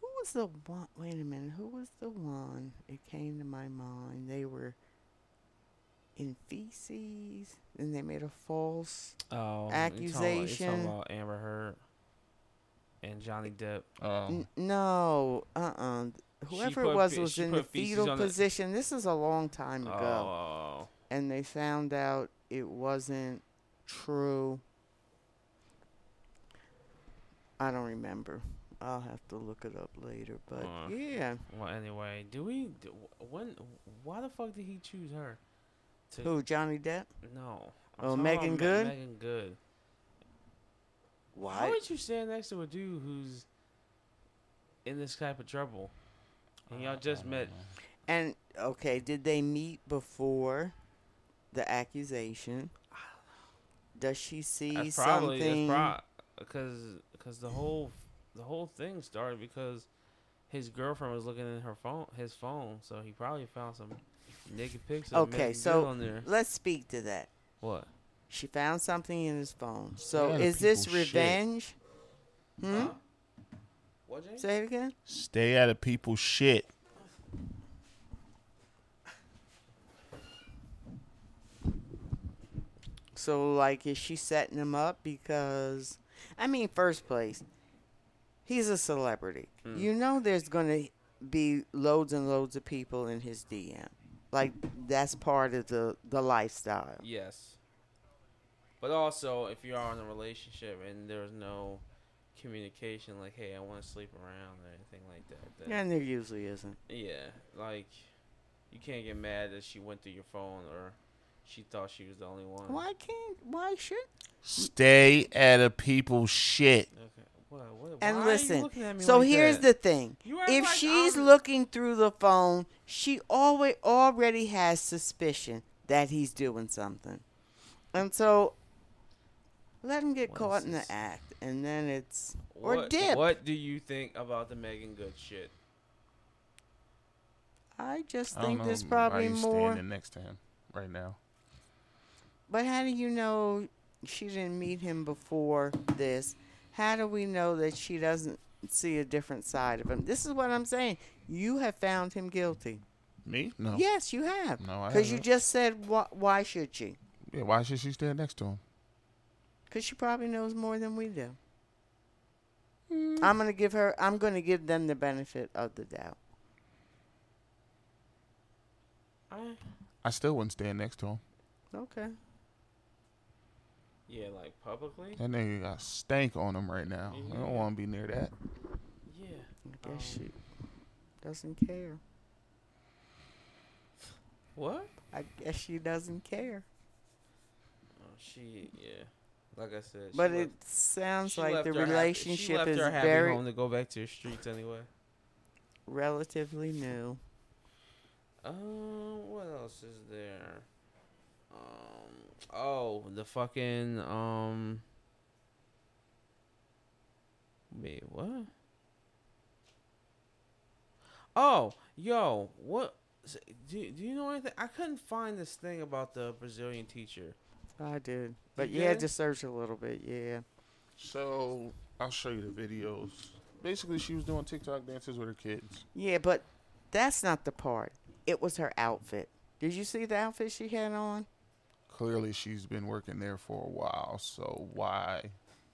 Who was the one? Wait a minute. Who was the one? It came to my mind. They were in feces, and they made a false.
Oh, You
Accusation.
talking about Amber Heard and Johnny Depp?
um,
N- no, uh, uh Whoever
put
it was
fe-
was
Oh. she
in the
put feces
fetal
on the-
position. This is a long time
Oh,
ago,
oh,
and they found out it wasn't true. I don't remember. I'll have to look it up later. But
Uh.
yeah,
oh. well, anyway, do we? Do, when? Why the fuck did he choose her? To
who Johnny Depp?
no.
Oh,
talking about
Megan
Me-
Good?
Megan Good.
Why?
How would you stand next to a dude who's in this type of trouble? And y'all just met.
And okay, did they meet before the accusation? Does she see
That's probably
something?
that's because because the whole the whole thing started because his girlfriend was looking in her phone his phone, so he probably found some naked pics. Of
Okay,
Megan Good
so-
on there.
Let's speak to that.
What?
She found something in his phone. So
lot of
is this
people shit.
revenge? Hmm?
Huh? What? James?
Say it again.
stay out of people's shit.
So like is she setting him up because I mean first place he's a celebrity.
Mm.
You know there's going to be loads and loads of people in his DM. Like that's part of the the lifestyle.
Yes. But also, if you are in a relationship and there's no communication, like, hey, I want to sleep around or anything like that, then
Yeah, and there usually isn't.
Yeah, like you can't get mad that she went through your phone or she thought she was the only one.
Why can't? Why should?
Stay out of people's shit.
Okay. What, what,
And
why Are you
listen.
looking at me
So
like
here's
that?
the thing:
You act
if
like um,
she's
I'm-
looking through the phone, she always already has suspicion. that he's doing something. And so let him get
What
caught
is
in the
this?
act and then it's or
what,
dip.
What do you think about the Megan Good shit?
I just
I don't
think
know
there's
why
probably
you
more
standing next to him right now.
But how do you know she didn't meet him before this? How do we know that she doesn't see a different side of him? This is what I'm saying. You have found him guilty.
Me? No.
Yes, you have.
No, I
Because you
haven't.
just said, wh- why should she?
Yeah, why should she stand next to him?
Because she probably knows more than we do.
Hmm.
I'm going to give her, I'm going to give them the benefit of the doubt.
I,
I still wouldn't stand next to him.
Okay.
yeah, like publicly.
That nigga got stank on him right now. I
Yeah.
don't want to be near that.
Yeah.
I guess
Um,
she doesn't care.
What?
I guess she doesn't care.
Oh, she yeah. Like I said, she
But
left-
it sounds
she
like
left
the
her happy- she
relationship
left
is
her happy
very
home to go back to the streets anyway.
relatively new.
Um, what else is there? Um, oh, the fucking um. Wait, what? Oh, yo, what? s- Do, do you know anything? I couldn't find this thing about the Brazilian teacher.
I did. But
You
you had to
did?
search a little bit, yeah.
So I'll show you the videos. Basically, she was doing TikTok dances with her kids.
Yeah, but that's not the part. It was her outfit. Did you see the outfit she had on?
Clearly, she's been working there for a while. So why?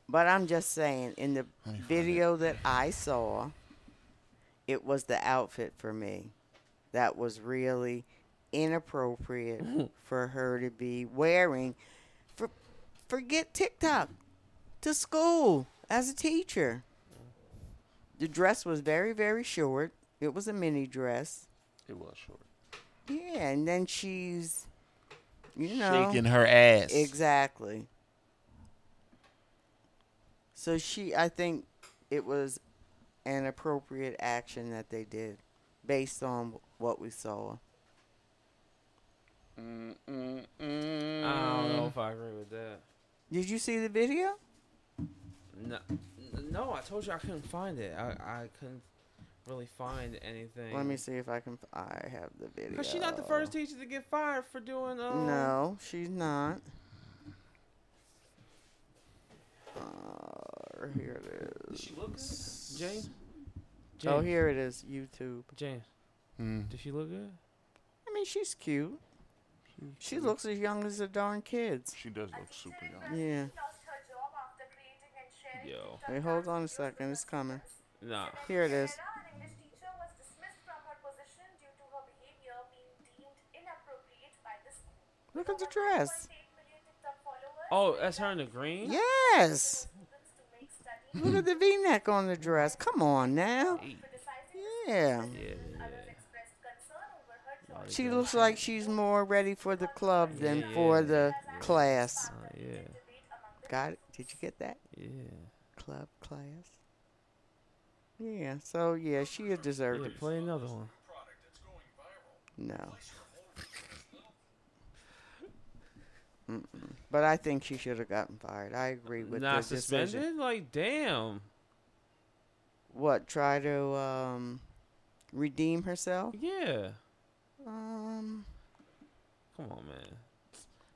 But I'm just saying, in the
Let me find it.
video that I saw, it was the outfit for me that was really inappropriate for her to be wearing. For, forget TikTok to school as a teacher. The dress was very, very short. It was a mini dress.
It was short.
Yeah, and then she's, you know,
Shaking her ass.
Exactly. So she, I think it was an appropriate action that they did based on what we saw.
I don't
Mm.
know if I agree with that.
Did you see the video?
No, n- no, I told you I couldn't find it. I, I couldn't really find anything.
Let me see if I can. f- I have the video.
Cause she's not the first teacher to get fired for doing. Um,
No, she's not. Uh, here it is.
She looks. James.
Oh, here it is. YouTube.
James.
Mm.
Does she look good?
I mean, she's cute. She looks as young as the darn kids.
She does look super young.
Yeah.
lost her job after creating and sharing
Yo.
Wait, hold on a second. It's coming.
Nah.
Here it is.
Sarah, an English teacher, was dismissed from her position due to her behavior being deemed inappropriate by the school.
Look at the
Over 1.8
dress.
million TikTok followers,
Oh, that's her in the green.
Yes.
students to make study,
Hmm.
Look at the V-neck on the dress. Come on now.
criticizing
Yeah.
Yeah.
others expressed concern over her choice.
She looks like she's more ready for the club than for the class.
Uh, yeah.
Debate among the
Got it? Did you get that?
Yeah.
Club class. Yeah. So yeah, she had deserved
Yeah.
it.
Play another one.
No. Mm-mm. But I think she should have gotten fired. I agree with the
Not
decision.
suspended. Like damn.
What? Try to um, redeem herself?
Yeah.
Um.
Come on, man.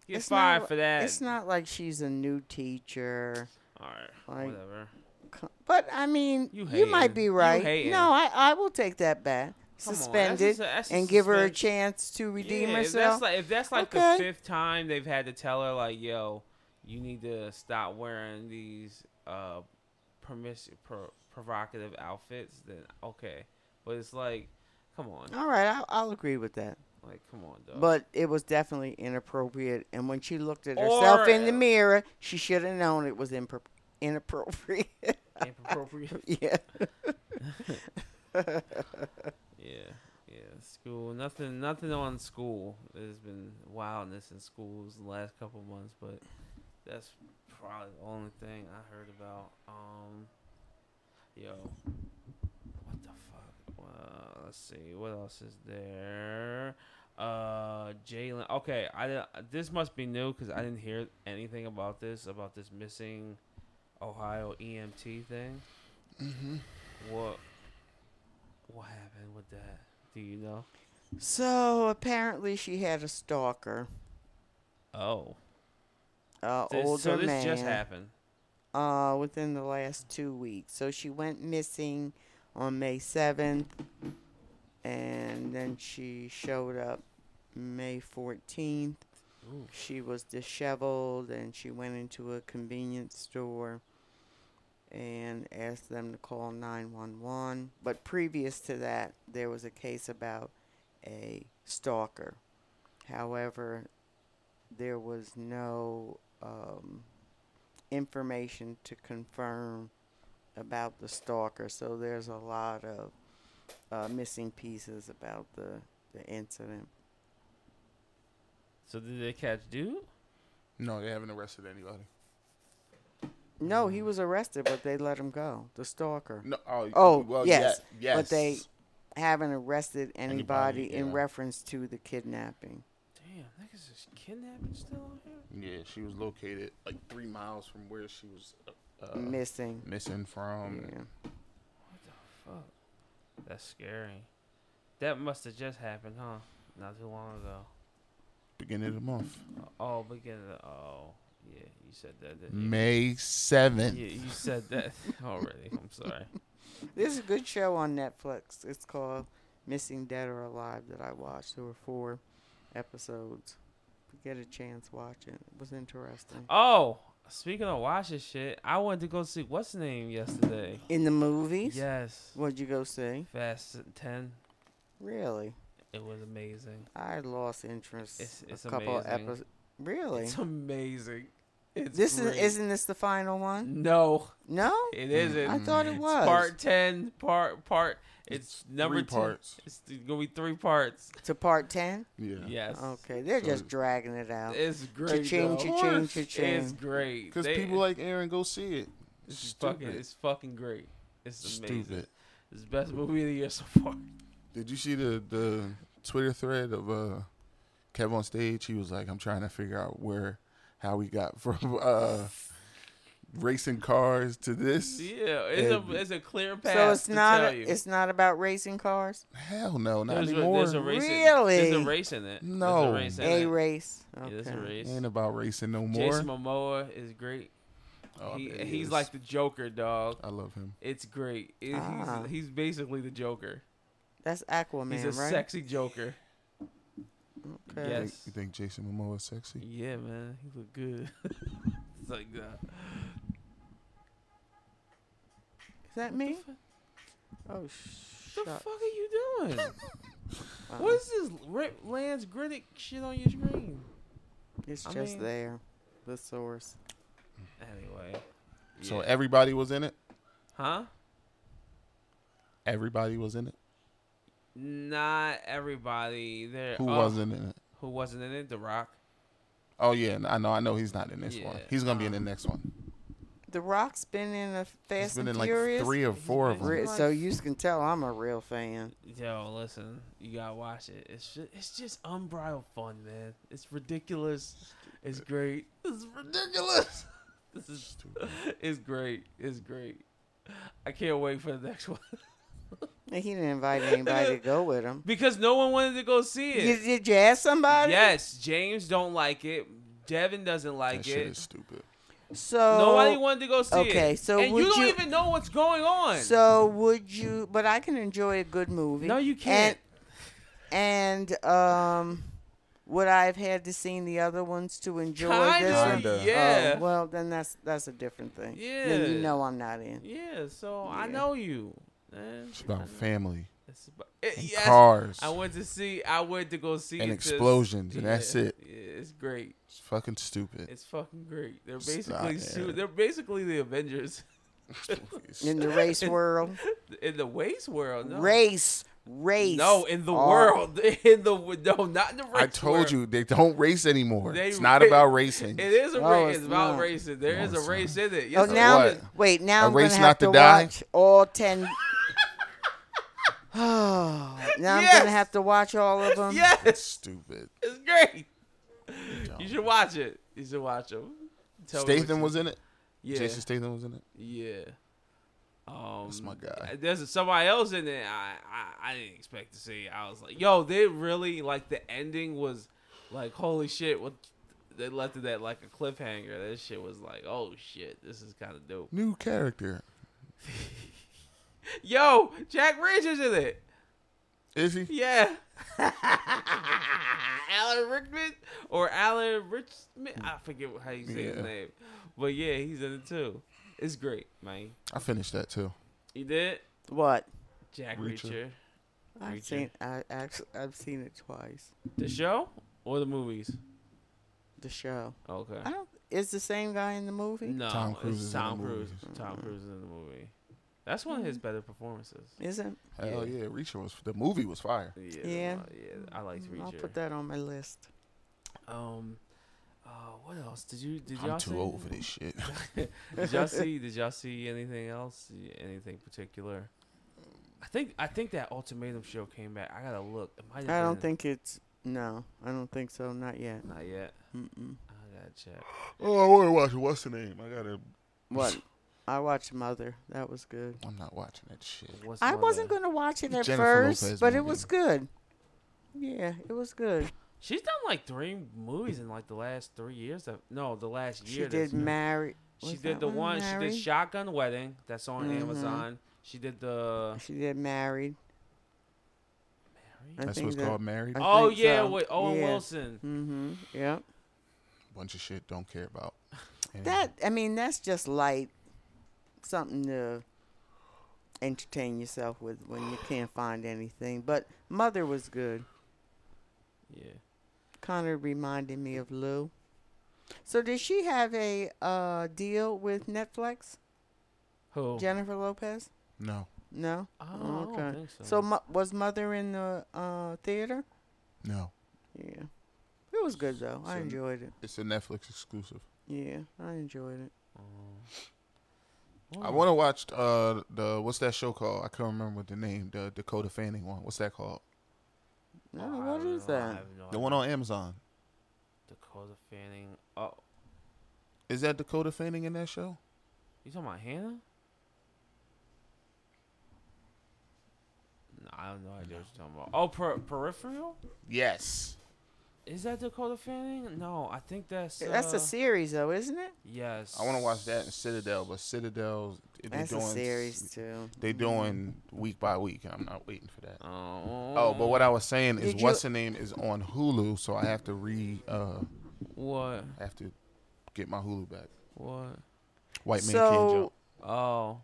Get
It's
fired
not-
for that.
It's not like she's a new teacher.
All right.
like-
whatever.
Co- But I mean,
You
you, might
hating.
be
You
right.
hating.
no, I, I will take that back.
Come on, that's
Suspended
just a- that's a
and give her a
suspension.
chance to redeem
yeah, If
herself.
that's like, if that's like
Okay.
the fifth time they've had to tell her, like, yo, you need to stop wearing these uh, permiss- pro- provocative outfits, then okay. But it's like, come on.
All right, I'll, I'll agree with that.
Like, come on, dog.
But it was definitely inappropriate. And when she looked at herself in the
Or-
mirror, she should have known it was impro- inappropriate.
Inappropriate.
yeah.
yeah. Yeah. School. Nothing Nothing on school. There's been wildness in schools the last couple months, but that's probably the only thing I heard about. Um, yo, Uh, what the fuck? Well, let's see. What else is there? Uh, Jalen. Okay, I didn't- this must be new because I didn't hear anything about this about this missing Ohio EMT thing. Mm-hmm. What? What happened with that? Do you know?
So apparently she had a stalker,
Oh,
uh,
This-
older
so this
man.
just happened.
uh, within the last two weeks. So she went missing on May 7th, and then she showed up May 14th.
Ooh.
She was disheveled, and she went into a convenience store and asked them to call 911. But previous to that, there was a case about a stalker. However, there was no um, information to confirm about the stalker. So there's a lot of uh, missing pieces about the, the incident.
So did they catch dude?
No, they haven't arrested anybody.
No, he was arrested, but they let him go. The stalker.
No. Oh,
Oh,
well,
yes,
Yeah, yes.
But they haven't arrested anybody,
Anybody,
in
yeah.
reference to the kidnapping.
Damn, niggas is kidnapping still out here.
Yeah, she was located like three miles from where she was uh, oh,
missing.
missing from.
yeah.
What the fuck? That's scary. That must have just happened, huh? Not too long ago.
Beginning of the month,
Oh, beginning. Of, oh, yeah. You said that. Didn't you?
May
Yeah,
seventh.
you said that already. I'm sorry.
There's a good show on Netflix. It's called Missing Dead or Alive that I watched. There were four episodes. If you get a chance, watch it. It was interesting.
Oh, speaking of watching shit, I went to go see what's the name yesterday.
In the movies?
Yes,
What'd you go see?
Fast Ten.
Really?
It was amazing.
I lost interest.
It's- it's
a couple of
amazing.
episodes. Really?
It's amazing. It's
this is
great.
isn't this the final one?
no,
No,
it isn't.
I thought it
It's
was
part ten. Part part. It's, number
three
10.
parts.
It's th- gonna be three parts.
to part ten.
Yeah.
Yes.
Okay, they're
So-
just dragging it out.
It's great.
Cha-ching,
though.
cha-ching,
course.
It's
cha-ching.
great.
Because
They-
people like Aaron go see it.
it's
Stupid.
fucking. It's fucking great. It's amazing.
Stupid.
It's the best movie of the year so far.
Did you see the the Twitter thread of uh Kev on stage? He was like, "I'm trying to figure out where how we got from uh racing cars to this."
Yeah, it's
And-
a it's a clear path.
So it's
to
not
Tell
a-
you.
it's not about racing cars.
Hell no, not
There's a-
anymore.
there's a race. in- There's
Really?
a race in it.
No.
There's a race in
A
it.
race.
Yeah,
Okay.
there's a race.
Ain't about racing no more.
Jason Momoa is great.
Oh, I
he,
bet he
he's
is.
like the Joker, dog.
I love him.
It's great. It-
Ah.
He's he's basically the Joker.
That's Aquaman,
He's a
right?
sexy Joker.
Okay.
Yeah.
Think-
Yes.
you think Jason Momoa is sexy?
Yeah, man, he look good. it's like uh, that.
Is that me?
fu-
Oh,
The
shut
fuck are you doing?
up.
what is this Rip Lance Grinnick shit on your screen?
It's
I
just
mean-
there. The source.
Anyway.
So e
yeah.
everybody was in it.
huh?
Everybody was in it.
Not everybody. There.
Who
oh,
wasn't in it?
Who wasn't in it? The Rock.
Oh yeah, and I know. I know he's not in this one.
Yeah,
He's gonna be in
um,
the next one.
The Rock's been in a
He's
Fast
been
and
in like
Furious.
three or
He's
four of
been-
them.
Re- so you can tell I'm a real fan.
Yo, listen, you gotta watch it. It's just, it's just unbridled fun, man. It's ridiculous. It's great. It's ridiculous. This is it's great. It's great. I can't wait for the next one
He didn't invite anybody to go with him.
because no one wanted to go see
You,
it.
did you ask somebody?
Yes, James don't like it. Devin doesn't
That
like
shit is
it.
stupid.
So
Nobody wanted to go see it.
okay, so
and
would
you don't
you-
even know what's going on.
So would you? But I can enjoy a good movie.
no, you can't.
And, and um, would I have had to seen the other ones to enjoy this?
Kinda,
one?
Kinda.
yeah.
Oh, well, then that's that's a different thing. Then you
Yeah.
know I'm not in.
yeah, so I
Yeah.
know you. Man.
It's
I know.
about family
It's about, it,
and
eh, yes,
cars.
I went to see. I went to go see.
And
it just-
explosions, and that's it.
Yeah, it's great.
It's fucking stupid.
It's fucking great. They're
Stop
basically
it.
su- they're basically the Avengers
It's-
In the race world,
in the waste world. No.
race, race.
No, in the
Oh,
world. In the no, not in the race.
I told
world.
you they don't race anymore.
They-
it's not about racing.
It is a
No,
race.
it's
It's about
not.
racing. There
No,
is
it's
a race in it.
Oh,
Yes,
now
What?
wait. Now
A
I'm
race
gonna
not
have
to
to
die?
watch all ten. Oh, now I'm
Yes.
gonna have to watch all of them.
That's
Yes,
stupid.
it's great.
Dumb.
You should watch it. You should watch them. Tell me what
Statham
you-
was in it.
yeah,
Jason Statham was in it.
yeah. Um,
That's my guy.
There's somebody else in it. I, I I didn't expect to see. I was like, yo, they really like the ending was like, holy shit, what they left it at like a cliffhanger. That shit was like, oh shit, this is kind of dope.
New character.
Yo, Jack Reacher's in it.
Is he?
Yeah. Alan Rickman or Alan Richman? I forget how you say
Yeah.
his name. But yeah, he's in it too. It's great, man.
I finished that too.
You did?
What?
Jack
Reacher.
Reacher.
I've
Reacher.
seen. I actually I've seen it twice.
The show or the movies?
The show.
Okay.
I don't. Is the same guy in the movie?
No,
Tom
Tom
Cruise
Cruise it's
is in the
Tom Cruise.
movies.
Tom Cruise is in the movie. That's one of his
Mm-hmm.
better performances.
Isn't?
Hell
Yeah.
yeah, Reacher was the movie was fire.
Yeah,
Yeah. Mm,
well, yeah, I liked Reacher.
I'll put that on my list.
Um, uh, what else did you did y'all
I'm too
see?
old for this shit.
did y'all see? Did y'all see anything else? Anything particular? I think I think that ultimatum show came back. I gotta look. It might have
I don't
been-
think it's. No, I don't think so. Not yet.
Not yet.
Mm-mm.
I gotta check.
oh, I want to watch it. What's the name? I gotta.
What? I watched Mother. That was good.
I'm not watching that shit.
What's
I
my
wasn't
bad?
going to watch it at
Jennifer
first,
Lopez
but it
movie.
was good. Yeah, it was good.
She's done like three movies in like the last three years. Of, no, the last
She
year.
did
that's been-
marry.
She
was
did
that
the one. She
Married?
did Shotgun Wedding. That's on
Mhm.
Amazon. She did the.
She did married. I
That's
think
what's
that-
called married.
I
oh
think
yeah,
so.
with Owen
Yeah.
Wilson.
Mm-hmm. Yep.
Bunch of shit. Don't care about. And
That I mean, that's just light, something to entertain yourself with when you can't find anything. But Mother was good.
Yeah.
Connor reminded me of Lou. So did she have a uh, deal with Netflix?
Who?
Jennifer Lopez?
No,
No.
oh, I don't
okay.
think so.
So mo- was Mother in the uh, theater?
no.
Yeah. It was good though. I
So-
enjoyed it.
It's a Netflix exclusive.
Yeah, I enjoyed it.
Oh.
I want to watch uh the what's that show called? I can't remember the name. The Dakota Fanning one. What's that called?
No,
Oh, I
what
don't
is
know. I
that?
have no
The
idea.
one on Amazon.
Dakota Fanning. Oh,
Is that Dakota Fanning in that show?
you talking about Hannah? No, I have no idea what you're talking about. Oh, per- peripheral?
Yes.
Is that Dakota Fanning? No, I think that's. Uh,
That's a series though, isn't it?
Yes.
I want to watch that in Citadel, but Citadel's they
That's a
doing,
series too.
They doing week by week, and I'm not waiting for that.
Oh,
Oh, but what I was saying is,
Did you-
what's the name is on Hulu, so I have to re uh
What?
I have to get my Hulu back.
What?
White man can't
so
jump.
Oh.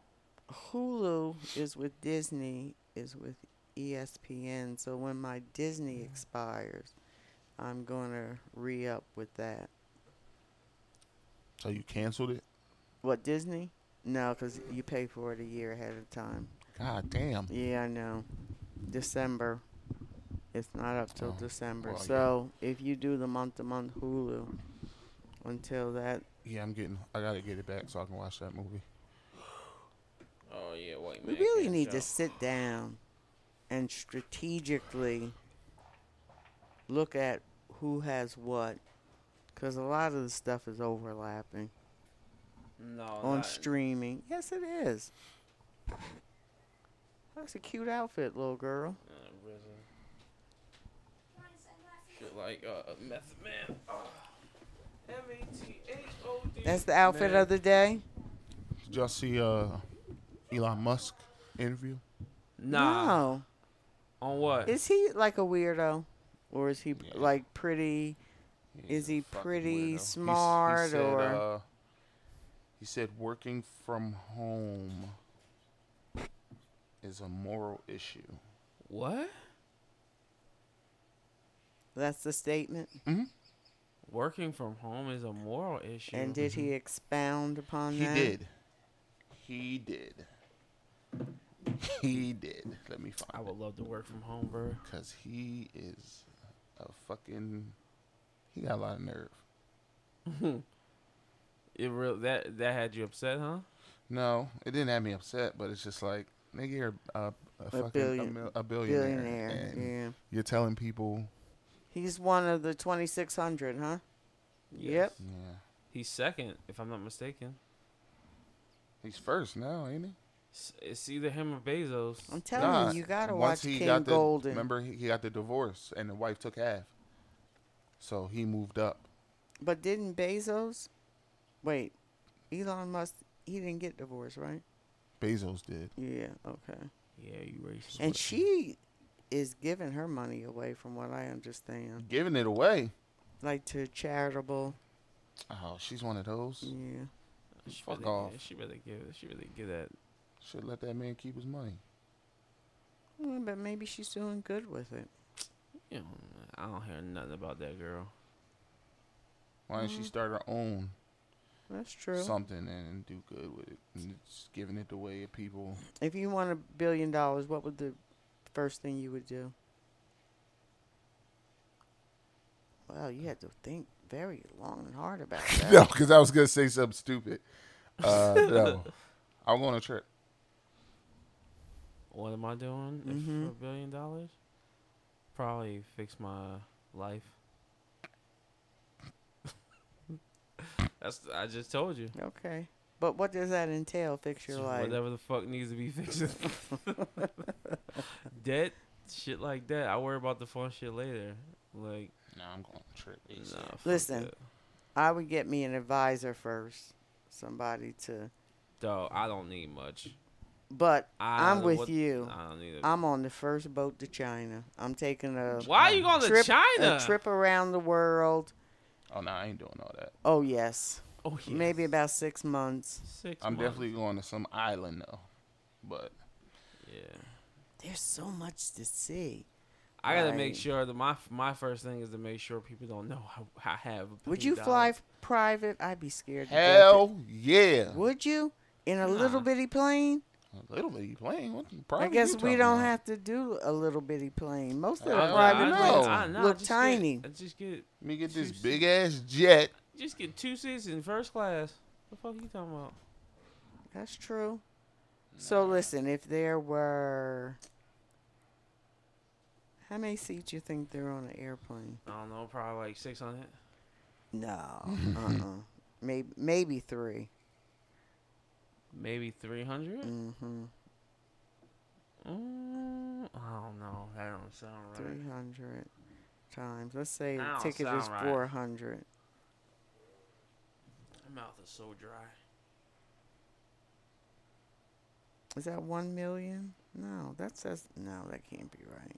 Hulu is with Disney, is with E ESPN. So when my Disney expires, I'm gonna re up with that.
So you canceled it?
What Disney? No, 'cause you pay for it a year ahead of time.
God damn.
Yeah, I know. December. It's not up till
Oh,
December.
well, yeah.
so if you do the month to month Hulu until that,
Yeah, I'm getting. I gotta get it back so I can watch that movie.
Oh yeah, white
we
man.
really
can't
need to
jump.
sit down and strategically look at who has what. Because a lot of the stuff is overlapping
No.
on
not-
streaming. Yes, it is. That's a cute outfit, little girl.
uh, RZA. Shit like uh, Method Man. M-A-T-H-O-D.
That's the outfit
Man.
of the day.
Did y'all see uh Elon Musk interview?
Nah.
No.
On what?
Is he like a weirdo, or is he
Yeah.
like pretty? Is he
fucking
pretty
weirdo. He's-
smart,
said,
or-
uh, he said working from home is a moral issue.
what?
That's the statement.
Working from home is a moral issue.
And did he expound upon
mm-hmm. He
that?
did. He did. He did. Let me
I
find it.
would love to work from home, bro.
Cause he is a fucking. He got a lot of nerve.
It real that that had you upset, huh?
No, it didn't have me upset, but it's just like nigga, you're a, a fucking a,
billion-
mil- a billionaire.
Billionaire.
and
Yeah.
You're telling people.
He's one of the 2,600, huh? Yep.
Yeah.
He's second, if I'm not mistaken.
He's first now, ain't he?
S- It's either him or Bezos.
I'm telling
Nah,
you, you got to watch
once
King
got the-
Golden.
Remember, he he got the divorce, and the wife took half. So he moved up.
But didn't Bezos? Wait, Elon Musk. He didn't get divorced, right?
Bezos did.
Yeah. Okay.
Yeah, you racist.
And she is giving her money away, from what I understand,
Giving it away.
like to charitable.
Oh, she's one of those.
Yeah.
she
fuck
really,
off.
She really give. She really give that.
Should let that man keep his money.
Mm, But maybe she's doing good with it.
You know, I don't hear nothing about that girl.
Why don't she start her own
That's Mm-hmm. true.
something and do good with it? And just giving it away to people.
if you won a billion dollars, what would the first thing you would do? Well, you had to think very long and hard about that.
no, because I was gonna say something stupid. Uh, no, I'll go on a trip.
What am I doing if
Mhm.
for a billion dollars? Probably fix my life. That's I just told you.
Okay. But what does that entail? Fix your
Just
life.
Whatever the fuck needs to be fixed. Debt, shit like that. I worry about the fun shit later. Like,
No, I'm going on a trip.
nah, fuck
Listen.
that.
I would get me an advisor first, somebody to.
Dog, I don't need much.
But
I
I'm
don't know
with
what-
you.
I don't need a
I'm on the first boat to China. I'm taking a
Why are you going
trip,
to China?
a trip around the world.
Oh no, I ain't doing all that.
Oh yes,
Oh, yeah.
maybe about six months.
six.
I'm
months.
definitely going to some island though. But
Yeah.
There's so much to see.
I gotta
Right.
make sure that my my first thing is to make sure people don't know I, I have. a
Would
billion
you fly
dollars.
f- private? I'd be scared. to death.
hell yeah,
Would you? In a little
Nah.
bitty plane?
little lady plane. What the
I
problem you
guess we
talking
don't
about?
have to do a little bitty plane. Most of the
I- I-
private
I-
planes.
know.
I- nah,
Look
just
tiny.
Get, I just get
Let me get this
Two-
big ass jet.
just get two seats in first class. What the fuck you talking about?
That's true. So listen, if there were how many seats you think there are on an airplane?
I don't know, probably like six hundred.
No, uh-uh. maybe maybe three.
Maybe three hundred?
Mm-hmm.
Mm, I don't know. That don't sound right.
Three hundred times. Let's say the
That don't
ticket is
sound right.
four hundred.
My mouth is so dry.
Is that one million? No, that says no. That can't be right.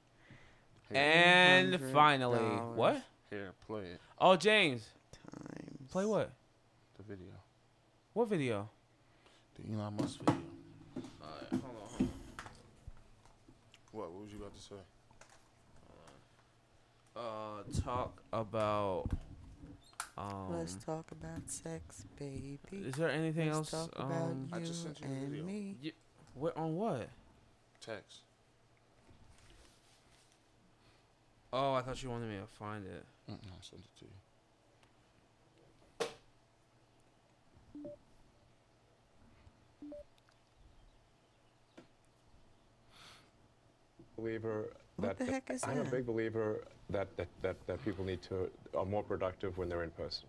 And
$300.
finally, what?
Here, play it.
Oh, James,
Times.
play what?
The video,
What video?
the Elon Musk video.
Alright, hold on, hold on.
What? What was you about to say?
uh talk about um
Let's talk about sex, baby.
is there anything
Let's
else
talk about
um
I
you
just sent you the
and
video.
me.
y- what on what
Text.
oh i thought you wanted me to find it
Mm-mm, I sent it to you.
believer
What
that
the heck is
I'm a
that?
big believer that, that, that, that people need to are more productive when they're in person.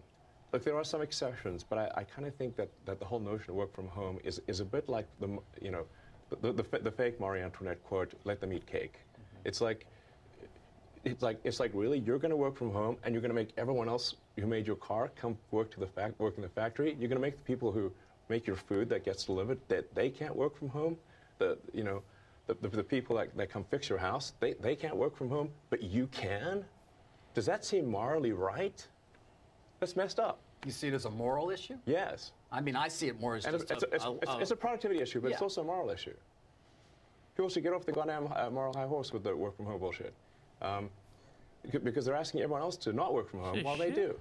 Look, there are some exceptions, but I, I kind of think that, that the whole notion of work from home is, is a bit like the m- you know the, the, fa- the fake Marie Antoinette quote, "Let them eat cake."
Mm-hmm.
It's like it's like it's like really you're going to work from home and you're going to make everyone else who made your car come work to the fact work in the factory you're going to make the people who make your food that gets delivered that they can't work from home the you know the, the, the people that, that come fix your house they, they can't work from home but you can does that seem morally right that's messed up
You see it as a moral issue?
yes
I mean, I see it more as
and it's, it's,
just a,
it's,
a-
it's,
a-
it's a productivity issue but it's
Yeah.
also a moral issue people should get off the goddamn uh, moral high horse with the work from home bullshit um, c- because they're asking everyone else to not work from home while they do.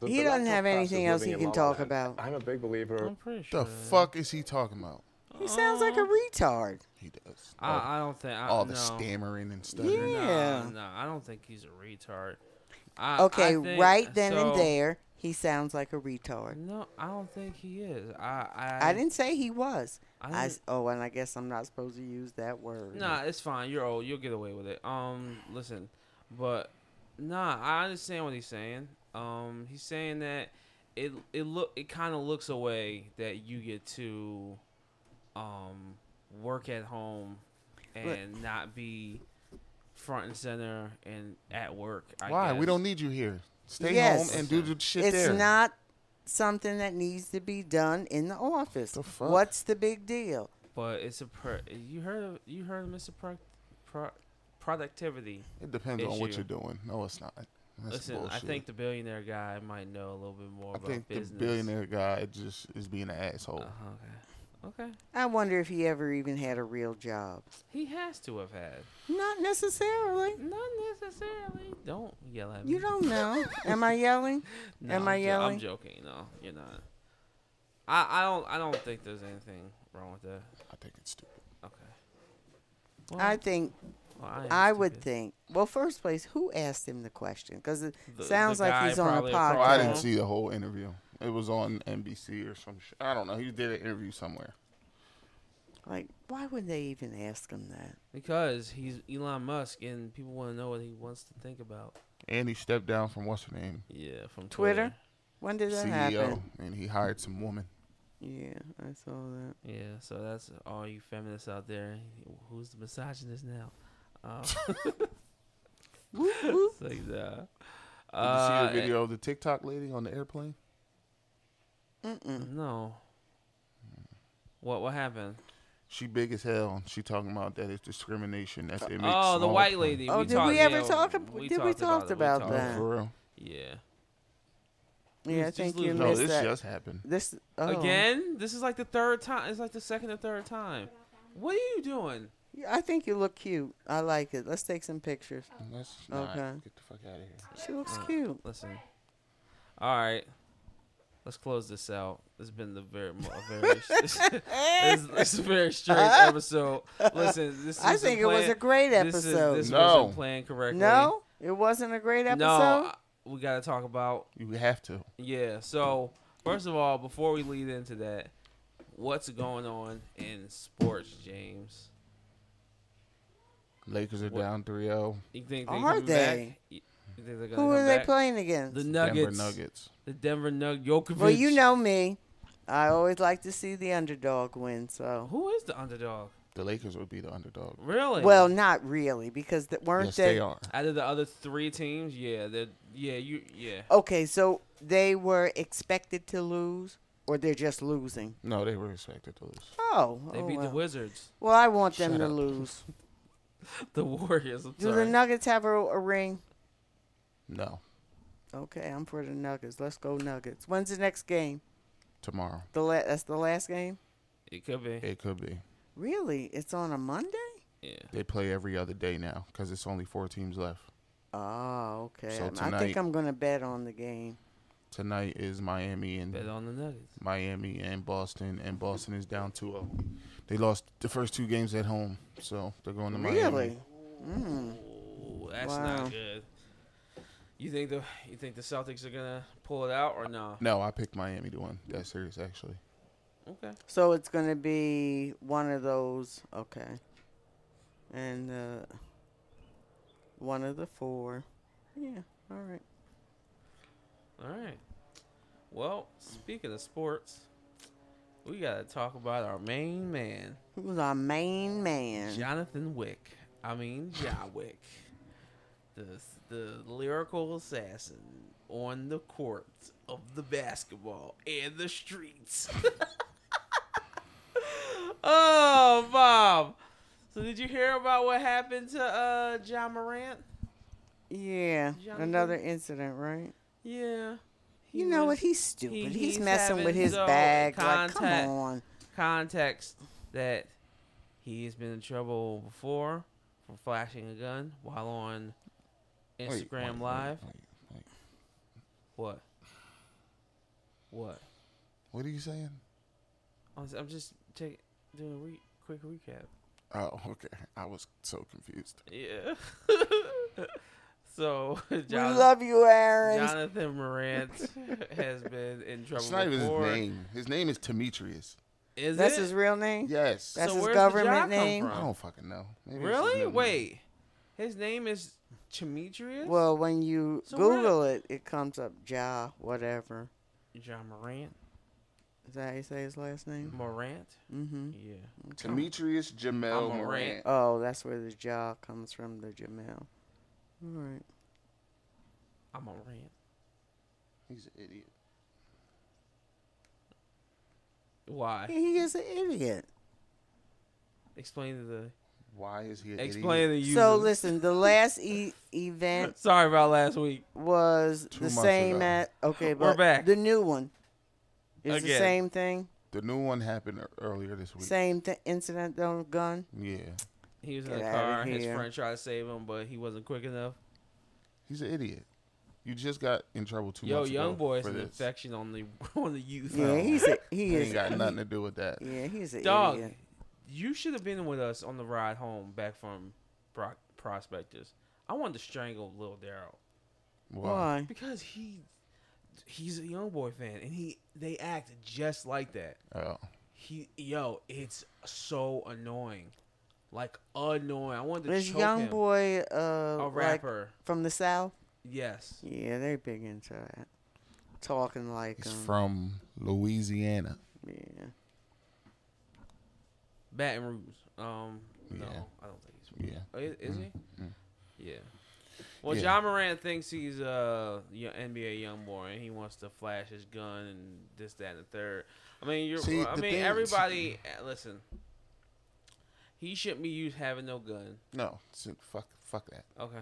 The-
He
the
doesn't have
laptop class is
anything else
living
he
in
can
La La
talk
Land.
about.
I'm a big believer.
Uh, i'm pretty sure
The fuck is he talking about?
Um,
He sounds like a retard.
He does. all
I, I don't think I,
Oh. all the
no.
stammering and stuff.
No,
Yeah.
no, I don't think he's a retard. I, I
Okay,
think-
right then
so-
and there, he sounds like a retard.
No, I don't think he is. I, I,
I didn't say he was.
I
I
didn't-
s oh, and I guess I'm not supposed to use that word.
Nah, it's fine. You're old. You'll get away with it. Um, listen, but nah, I understand what he's saying. Um, he's saying that it it look it kind of looks a way that you get to um work at home and not be front and center and at work. I
Why? We
guess.
don't need you here. Stay
Yes.
home and do the shit
it's
there.
not something that needs to be done in the office.
The fuck?
What's the big deal?
But it's a pro- you heard of, you heard of Mr. Pro- Pro- productivity.
It depends on what
issue.
you're doing. No, it's not. That's
Listen, I
bullshit.
think the billionaire guy might know a little bit more
I
about
think
business.
the billionaire guy just is being an asshole.
Uh-huh, okay. Okay.
I wonder if he ever even had a real job.
He has to have had.
Not necessarily.
Not necessarily. Don't yell at me.
You don't know. Am I yelling?
No,
Am I
I'm jo-
yelling?
I'm joking. No, you're not. I, I don't I don't think there's anything wrong with that.
I think it's stupid.
Okay.
I think
well, I, am
I would
stupid.
think. Well, first place, who asked him the question? Because it
The-
sounds
the
like
guy
he's on a
probably
podcast.
across the
Oh, I didn't
Uh-huh.
see the whole interview. It was on NBC or some shit. I don't know. He did an interview somewhere.
Like, why would they even ask him that?
because he's Elon Musk and people want to know what he wants to think about.
And he stepped down from what's her name?
Yeah, from
Twitter? When did that
CEO.
happen?
And he hired some woman.
Yeah, I saw that.
Yeah, so that's all you feminists out there. Who's the misogynist now? Um, it's like, nah.
Did you
Uh,
see the video of the TikTok lady on the airplane?
Mm-mm.
eh, No. What what happened?
She big as hell. She talking about that it's discrimination. That they make
oh, the
small
white
planes.
lady.
Oh, did
talked-
we ever
yeah,
talk ab- did we talked
it,
about
talked
Oh,
that?
for real?
Yeah.
Yeah, I
just
think you
lose-
No,
missed
this
that.
just happened.
This oh.
Again, this is like the third time. It's like the second or third time. What are you doing?
Yeah, I think you look cute. I like it. Let's take some pictures.
That's not.
Okay.
Get the fuck out of here.
She looks
Uh.
cute.
Listen. All right. Let's close this out. It's been the very, mo- a very, it's, it's a very strange episode. Listen, this
I
isn't
think it was
planned-
a great
this is-
episode.
this
No.
wasn't planned correctly.
No, it wasn't a great episode.
no, I- we got to talk about
You have to.
Yeah. So first of all, before we lead into that, what's going on in sports, James?
Lakers are
What-
down oh. 3-0.
You think they
Are
coming
they?
back? You think they're gonna
Who
come
are they
back?
playing against?
The Nuggets.
Denver Nuggets.
The Denver Nuggets. Jokovic.
well, you know me. I always like to see the underdog win. So,
who is the underdog?
The Lakers would be the underdog.
Really?
well, not really, because th- weren't
Yes,
they?
they are.
out of the other three teams, yeah, they yeah you yeah.
Okay, so they were expected to lose, or they're just losing.
No, they were expected to lose.
Oh,
They
oh,
beat
well.
the Wizards,
well, I want them
Shut
to
up.
lose.
the Warriors. I'm
Do
sorry.
the Nuggets have a, a ring?
No,
Okay, I'm for the Nuggets. Let's go Nuggets. When's the next game?
tomorrow.
The la- that's the last game.
it could be.
It could be.
Really? It's on a Monday?
Yeah.
They play every other day now because it's only four teams left.
Oh, okay. Um,
So
I think
tonight-
I'm gonna bet on the game.
Tonight is Miami and
Bet on the Nuggets.
Miami and Boston, and Boston is down 2-0. They lost the first two games at home, so they're going to Miami.
Really? Mm.
Ooh, that's
Wow.
not good. You think the you think the Celtics are gonna pull it out or no?
No, I picked Miami to win that series actually.
Okay.
So it's gonna be one of those. Okay. And uh, one of the four. Yeah. All right.
All right. Well, speaking of sports, we got to talk about our main man,
Who's our main man?
Jonathan Wick. I mean, Ja Wick. The, the lyrical assassin on the court of the basketball and the streets. oh, Bob. So, did you hear about what happened to uh, John Morant?
yeah.
Jonathan?
Another incident, right?
Yeah.
you know what?
was-
He's stupid.
he-
he's,
he's
messing with
having
his
no
bag. Like,
contact.
come on.
context that he's been in trouble before for flashing a gun while on Instagram
Wait, wait, wait,
Live.
wait, wait.
What? What?
What are you saying?
I was- I'm just take, doing a re- quick recap.
Oh, okay. I was so confused.
Yeah. so
we
Jonathan,
love you, Aaron.
Jonathan Morant has been in trouble.
It's not even his
before.
name. His name is Demetrius.
Is
That's
it?
his real name.
Yes.
That's
So
his
where's the
government
job come
name.
from?
I don't fucking know. Maybe it's his
really?
middle name.
Wait, his name is Demetrius.
Well, when you
So where-
Google it, it comes up Ja, whatever.
John Morant.
Is that how you say his last name?
Morant.
Mm-hmm.
Yeah.
Demetrius
I'm a
Jamel
rant.
Morant.
Oh, that's where the Ja comes from, the Jamel. All right.
I'm a rant.
He's an idiot.
Why?
He is an idiot.
Explain to the.
Why is he an
Explain
idiot?
to you.
So listen, the last e- event
Sorry about last week.
was
Two
the
months
same
ago.
at okay, but
We're back.
the new one is the
Again.
same thing.
The new one happened ear- earlier this week.
Same th- incident though, gun.
Yeah.
He was in
Get
the
outta
car. His
here.
friend tried to save him, but he wasn't quick enough.
He's an idiot. You just got in trouble two
Yo,
months ago.
young boy is
for
an
this.
infection on the on the youth.
Yeah, he's a,
He
he is.
ain't got
he-
nothing to do with that.
Yeah, he's an
Dog,
idiot.
you should have been with us on the ride home back from Pro- Prospectus. I wanted to strangle Lil Daryl
Why?
Why?
because he he's a young boy fan and he they act just like that.
Oh.
He yo, it's so annoying, like annoying. I wanted to
This
choke
young
him.
boy, uh,
a
like,
rapper.
from the south.
yes,
Yeah, they're big into that. Talking like
He's
him.
from Louisiana.
yeah.
Baton Rouge. Um, no,
Yeah.
I don't think he's. From
Yeah.
Oh, Is, is he? Yeah. Well,
Yeah.
John Moran thinks he's uh, a NBA young boy, and he wants to flash his gun and this, that, and the third. I mean, you're.
See,
I
the
mean,
thing is-
everybody. eh, Listen. He shouldn't be used having no gun.
No. so Fuck, fuck that.
Okay.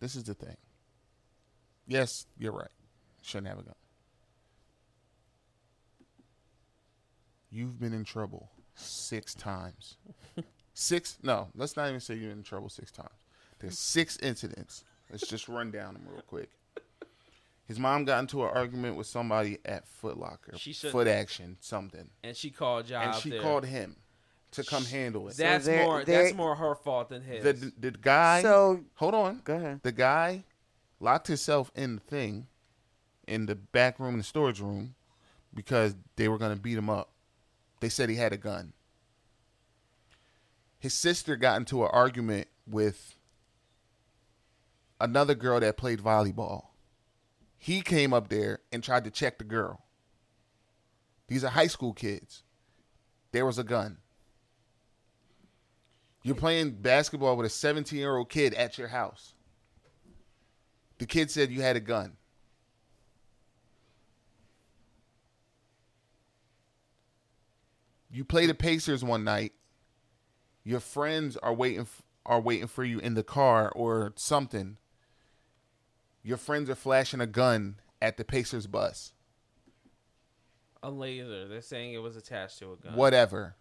This is the thing. Yes, you're right. Shouldn't have a gun. You've been in trouble six times. six? No, let's not even say you're in trouble six times. There's six incidents. Let's just run down them real quick. His mom got into an argument with somebody at Foot Locker,
She shouldn't
Foot Action, something,
And she called John.
and
up
she
there.
called him to come handle it.
That's
they're-
more.
they're-
that's more her fault than his.
the the guy.
So-
hold on.
Go ahead.
The guy locked himself in the thing, in the back room, in the storage room, because they were gonna beat him up. They said he had a gun. His sister got into an argument with another girl that played volleyball. He came up there and tried to check the girl. These are high school kids. There was a gun. You're playing basketball with a 17 year old kid at your house. The kid said you had a gun. You play the Pacers one night. Your friends are waiting f- are waiting for you in the car or something. Your friends are flashing a gun at the Pacers bus.
a laser. They're saying it was attached to a gun.
Whatever.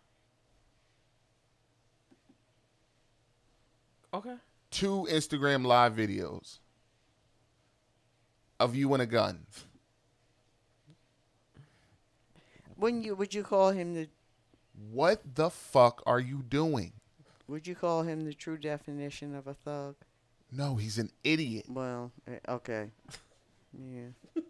Okay.
two Instagram live videos of you and a gun.
Wouldn't you? Would you call him the?
What the fuck are you doing?
Would you call him the true definition of a thug?
No, he's an idiot,
Well, eh, okay. Yeah.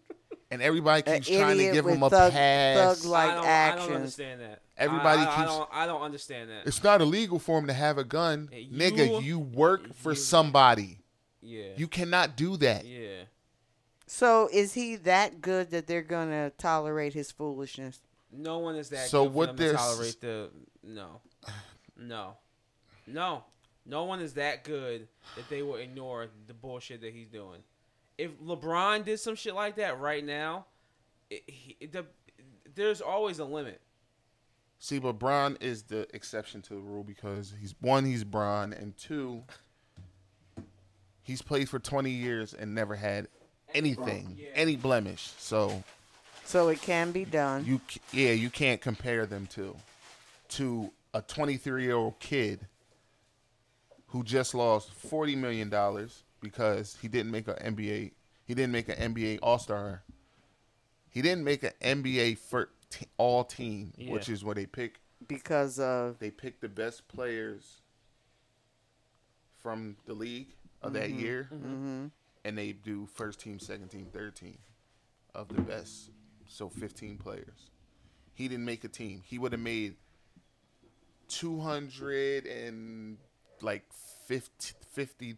and everybody
An
keeps trying to
idiot
give
with
him a
thug-
pass.
thug-like- Like
I don't, I
actions.
don't understand that. I-
Everybody
I, I
keeps-
don't. I don't understand that.
it's not illegal for him to have a gun,
Hey,
nigga.
you-
You work for
you-
somebody.
Yeah.
You cannot do that.
Yeah.
So is he that good that they're gonna tolerate his foolishness?
No one is that. So
So
good
what
what for them to
this-
tolerate the no, no, no, no one is that good that they will ignore the bullshit that he's doing. If LeBron did some shit like that right now, it, he, it- the, there's always a limit.
See, but Bron is the exception to the rule because he's one, he's Bron, and two, he's played for twenty years and never had anything,
Yeah.
any blemish. So
So it can be done.
you c- yeah you can't compare them to to a 23 year old kid who just lost 40 million dollars because he didn't make an NBA he didn't make an NBA All Star he didn't make an NBA fir- t- All Team
Yeah.
which is where they pick
because of
they pick the best players from the league of that
Mm-hmm.
year, and they do first team, second team, third team of the best. So 15 players. He didn't make a team. He would have made 200 and like 50, 50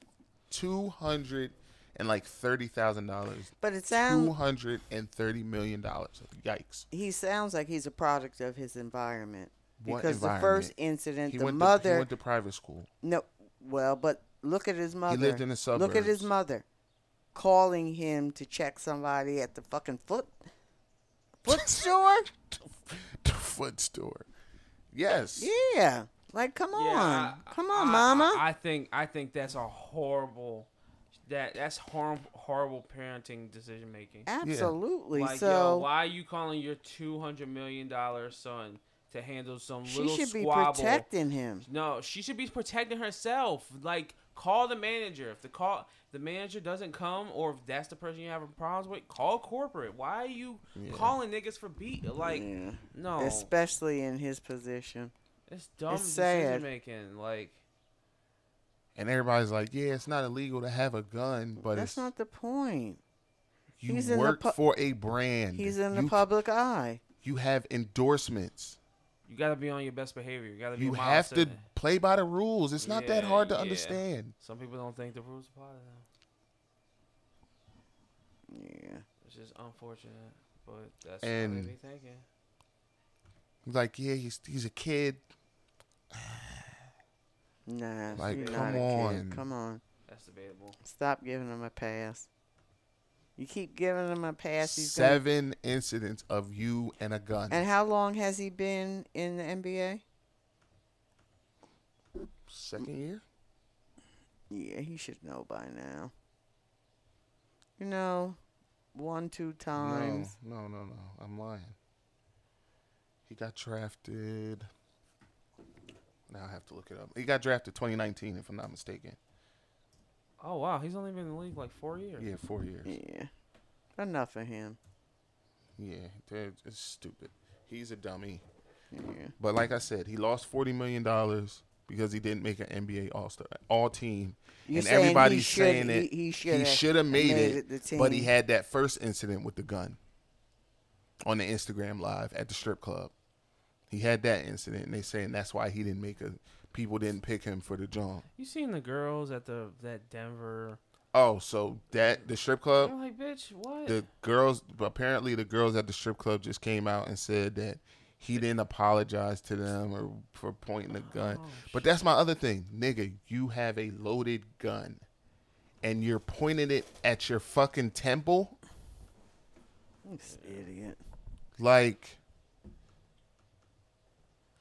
200 and like thirty thousand dollars.
But it sounds
Two hundred and thirty million dollars. Yikes!
he sounds like he's a product of his environment
What
because the first
environment?
incident,
He
the
went
mother.
To, he went to private school.
No, well, but look at his mother.
lived in the
Look at his
suburbs.
mother calling him to check somebody at the fucking foot foot store.
the foot store. Yes.
yeah, like come on,
Yeah, I-
come on,
I-
mama.
I, I think I think that's a horrible that that's harm, horrible parenting decision making.
Absolutely.
Like,
so
yo, why are you calling your two hundred million dollar son to handle some
she
little
should
squabble?
be protecting him.
No, she should be protecting herself. Like, call the manager. If the call the manager doesn't come, or if that's the person you're having problems with, call corporate. Why are you calling niggas for beat? Like,
Yeah.
no,
Especially in his position.
it's dumb
it's sad.
decision making. Like,
And everybody's like, yeah, it's not illegal to have a gun, but
That's
it's,
not the point.
you
he's in the
work
pu-
for a brand.
He's in the
you,
public eye.
You have endorsements.
you gotta be on your best behavior. You gotta be.
You
a model
have to
citizen.
play by the rules. It's not that
Yeah,
hard to
yeah.
understand.
Some people don't think the rules apply to them.
Yeah.
It's just unfortunate, but that's what
And-
they be thinking.
He's like, yeah, he's he's a kid.
Nah.
Like,
you're
come
not a
on.
Kid. Come on.
That's debatable.
Stop giving him a pass. You keep giving him a pass. He's gonna-
7 incidents of you and a gun.
and how long has he been in the NBA?
Second year?
Yeah, he should know by now. You know, one, two
No,
times.
no, no, no. I'm lying. He got drafted. Now I have to look it up. He got drafted 2019, if I'm not mistaken.
Oh wow, he's only been in the league like four years.
Yeah, four years.
Yeah. Enough of him.
Yeah, that- it's stupid. He's a dummy.
Yeah.
But like I said, he lost forty million dollars because he didn't make an NBA All Star All Team,
You
and
saying he
everybody's
should-
saying it.
he- he
he
shoulda
should have made,
made
it,
it the
but he
team.
had that first incident with the gun on the Instagram live at the strip club. He had that incident, and they saying that's why he didn't make a. People didn't pick him for the job.
You seen the girls at the that Denver?
Oh, so that the strip club.
I'm like, bitch, what?
Oh. the girls apparently the girls at the strip club just came out and said that he didn't apologize to them or for pointing a gun. but that's my other thing, nigga. You have a loaded gun, and you're pointing it at your fucking temple.
This idiot.
Like,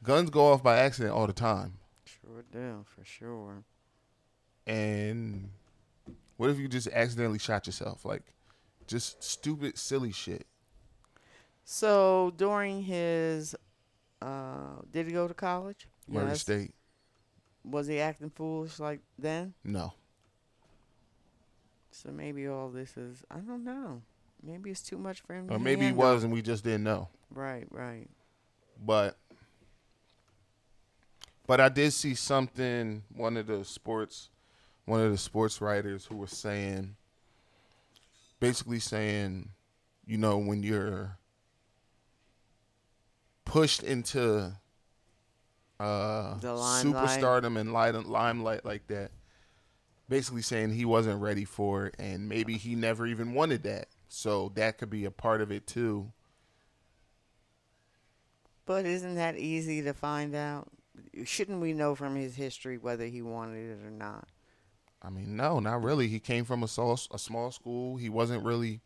guns go off by accident all the time.
Sure do, for sure.
And what if you just accidentally shot yourself? Like, just stupid, silly shit.
So during his, uh, did he go to college? No,
Murder
that's-
state.
Was he acting foolish like then?
No.
So maybe all this is I don't know. Maybe it's too much for him.
Or
to
maybe he
handle.
was, and we just didn't know.
Right, right.
but but I did see something one of the sports one of the sports writers who was saying basically saying you know when you're pushed into uh
The limelight.
superstardom and light limelight like that basically saying he wasn't ready for it and maybe he never even wanted that so that could be a part of it too
But isn't that easy to find out? Shouldn't we know from his history whether he wanted it or not?
I mean, no, not really. He came from a small, a small school. He wasn't really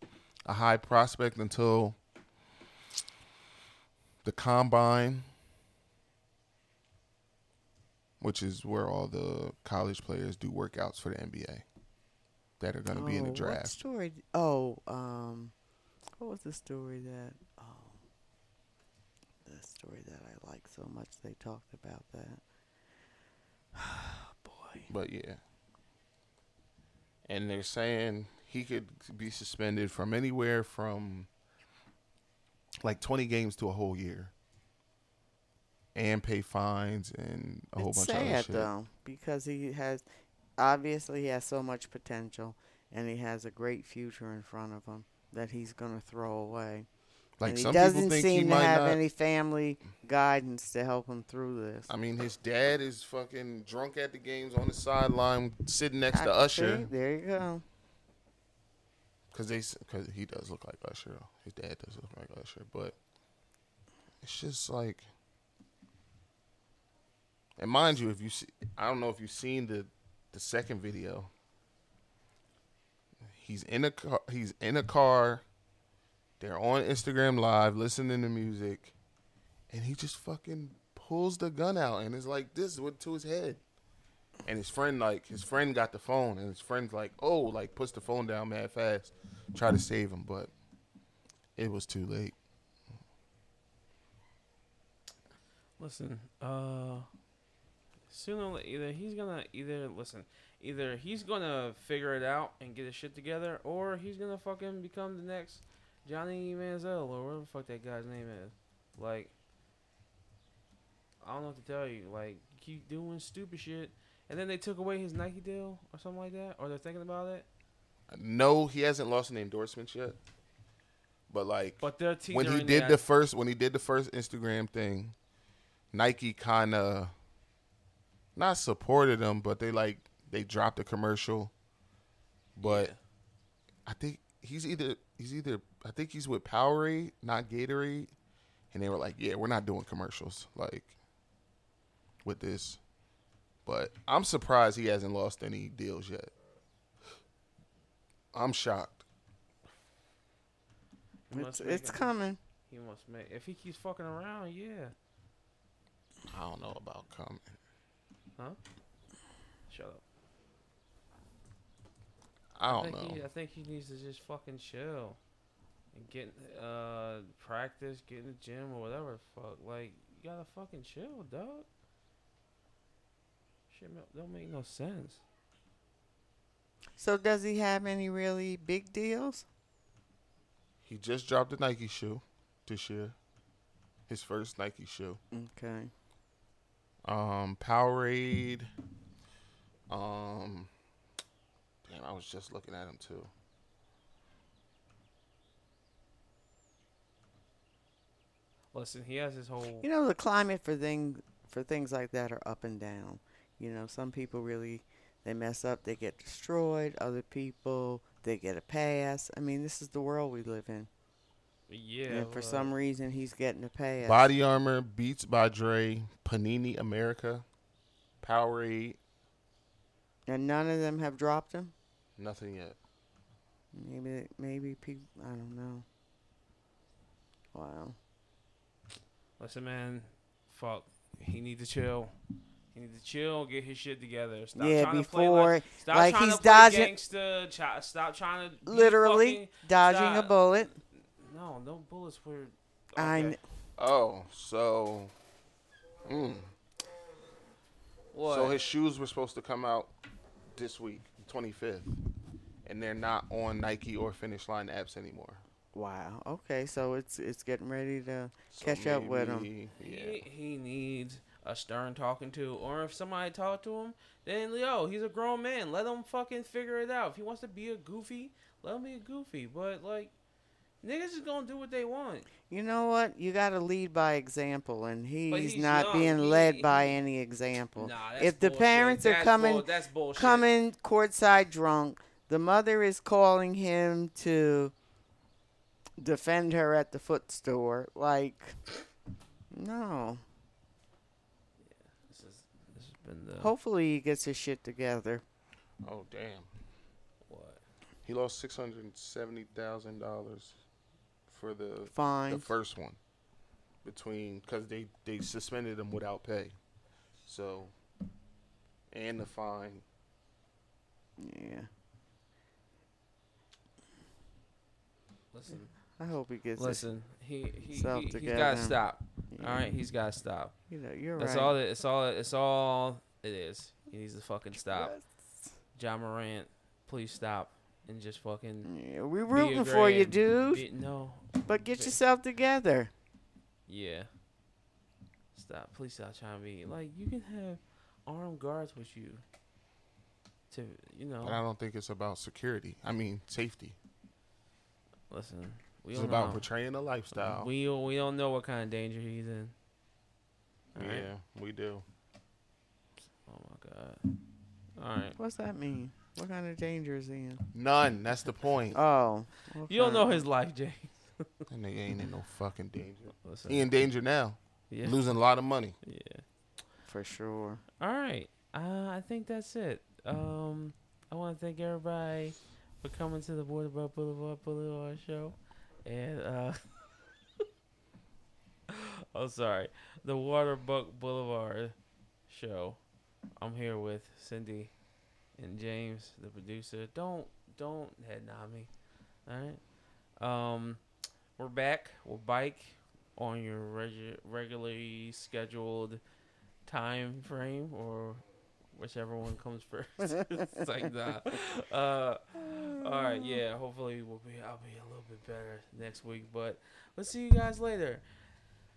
a high prospect until the combine, which is where all the college players do workouts for the NBA that are going to be in
Oh,
the
what
draft.
story? d- Oh, um, what was the story that? Oh, the story that I like so much. They talked about that. Boy,
But yeah. And they're saying he could be suspended from anywhere from like 20 games to a whole year. And pay fines and a whole
it's
bunch of other
sad
shit.
though because he has obviously he has so much potential and he has a great future in front of him that he's going to throw away.
Like
and he
some people
doesn't
think
seem
he
to
might
have
not.
any family guidance to help him through this.
I mean, his dad is fucking drunk at the games on the sideline, sitting next to
I- see,
Usher
there you go.
because they because he does look like Usher. though. His dad does look like Usher, but it's just like. And mind you, if you see, I don't know if you've seen the the second video. He's in a car. He's in a car. They're on Instagram Live, listening to music, and he just fucking pulls the gun out and it's like this went to his head. And his friend, like his friend, got the phone, and his friend's like, "Oh, like puts the phone down mad fast, try to save him, but it was too late."
Listen, uh, sooner or later, he's gonna either listen, either he's gonna figure it out and get his shit together, or he's gonna fucking become the next Johnny Manziel or whatever the fuck that guy's name is. Like, I don't know what to tell you. Like, keep doing stupid shit, and then they took away his Nike deal or something like that, or they're thinking about it.
No, he hasn't lost any endorsements yet, but like
But they're teasing
when he did the first when he did the first Instagram thing, Nike kind of not supported him, but they like they dropped a commercial. But I think he's either he's either I think he's with Powerade, not Gatorade, and they were like, "Yeah, we're not doing commercials like with this." But I'm surprised he hasn't lost any deals yet. I'm shocked.
He
It's,
must make
it's
it.
coming.
He must make if he keeps fucking around, yeah.
I don't know about coming.
Huh? Shut up.
I
I
don't
think
know.
He, I think he needs to just fucking chill and get uh practice, get in the gym or whatever. the Fuck, like you gotta fucking chill, dog. Shit, ma- don't make no sense.
So does he have any really big deals?
He just dropped a Nike shoe this year. His first Nike shoe.
Okay.
Um, Powerade. Um, damn, I was just looking at him too.
Listen, he has his whole.
You know the climate for thing for things like that are up and down. You know, some people really they mess up, they get destroyed, other people they get a pass. I mean, this is the world we live in.
yeah.
and for
like,
some reason he's getting a pass.
Body Armor, Beats by Dre, Panini America, Powerade.
and none of them have dropped him.
Nothing yet.
Maybe maybe people I don't know. Wow.
Listen, man. Fuck. He need to chill. He need to chill. Get his shit together. Stop
Yeah,
trying to play
before-
like, stop
like
trying
he's
to play
dodging-
Gangster, chi- stop trying to be
Literally
fucking-
dodging
stop-
a bullet.
No, no bullets were.
I
okay.
kn-
Oh, so. Mm,
What?
So his shoes were supposed to come out this week, 25th, and they're not on Nike or Finish Line apps anymore.
wow. Okay, so it's it's getting ready to catch up with him.
maybe- Yeah.
He, he needs a stern talking to, or if somebody talk to him, then yo, he's a grown man. Let him fucking figure it out. If he wants to be a goofy, let him be a goofy. But like, niggas is gonna do what they want.
You know what? You got to lead by example, and he's,
he's
not
young.
being
He-
led
he-
by any example.
Nah, that's
if the
bullshit.
parents are
That's
coming
bull- that's bullshit.
coming courtside drunk, the mother is calling him to defend her at the foot store. Like, no.
This, is, this has been the
Hopefully, he gets his shit together.
Oh damn.
what?
He lost six hundred and seventy thousand dollars for the the
Fine.
first one between because they they suspended him without pay, so and the fine.
yeah.
Listen,
I hope he gets. His,
listen. He he,
Self
he he's
together.
gotta stop.
Yeah.
All right, he's gotta stop.
you know, you're
That's
right.
all. It, it's all. It's all it is. He needs to fucking stop. John Morant, please stop and just fucking.
Yeah, we're
be a
rooting for you,
grand-
dude.
be- no.
but get
be-
yourself together.
Yeah. Stop. Please stop trying to be like you can have armed guards with you activity. You know,
But I don't think it's about security. I mean, safety.
listen. We
It's
don't
about
know.
portraying a lifestyle.
We we don't know what kind of danger he's in. All right.
Yeah, we do.
Oh my god. All right.
What's that mean? What kind of danger is he in?
None. That's the point.
Oh,
You don't
okay.
know his life, Jay.
That nigga ain't in no fucking danger.
Listen.
He in danger now.
Yeah.
Losing a lot of money.
Yeah.
for sure.
All right. Uh, I think that's it. Um, I want to thank everybody for coming to the Waterbug Boulevard Boulevard show, and uh, oh, sorry, the Waterbug Boulevard show. I'm here with Cindy and James, the producer. Don't don't head nod me. All right. Um, we're back. We're bike on your regu- regularly scheduled time frame or whichever one comes first. it's like that. Uh, all right, yeah. Hopefully, we'll be. I'll be a little bit better next week. But we'll see you guys later.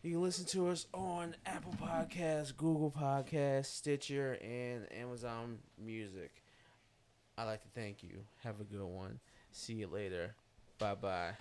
You can listen to us on Apple Podcasts, Google Podcasts, Stitcher, and Amazon Music. I'd like to thank you. Have a good one. See you later. Bye bye.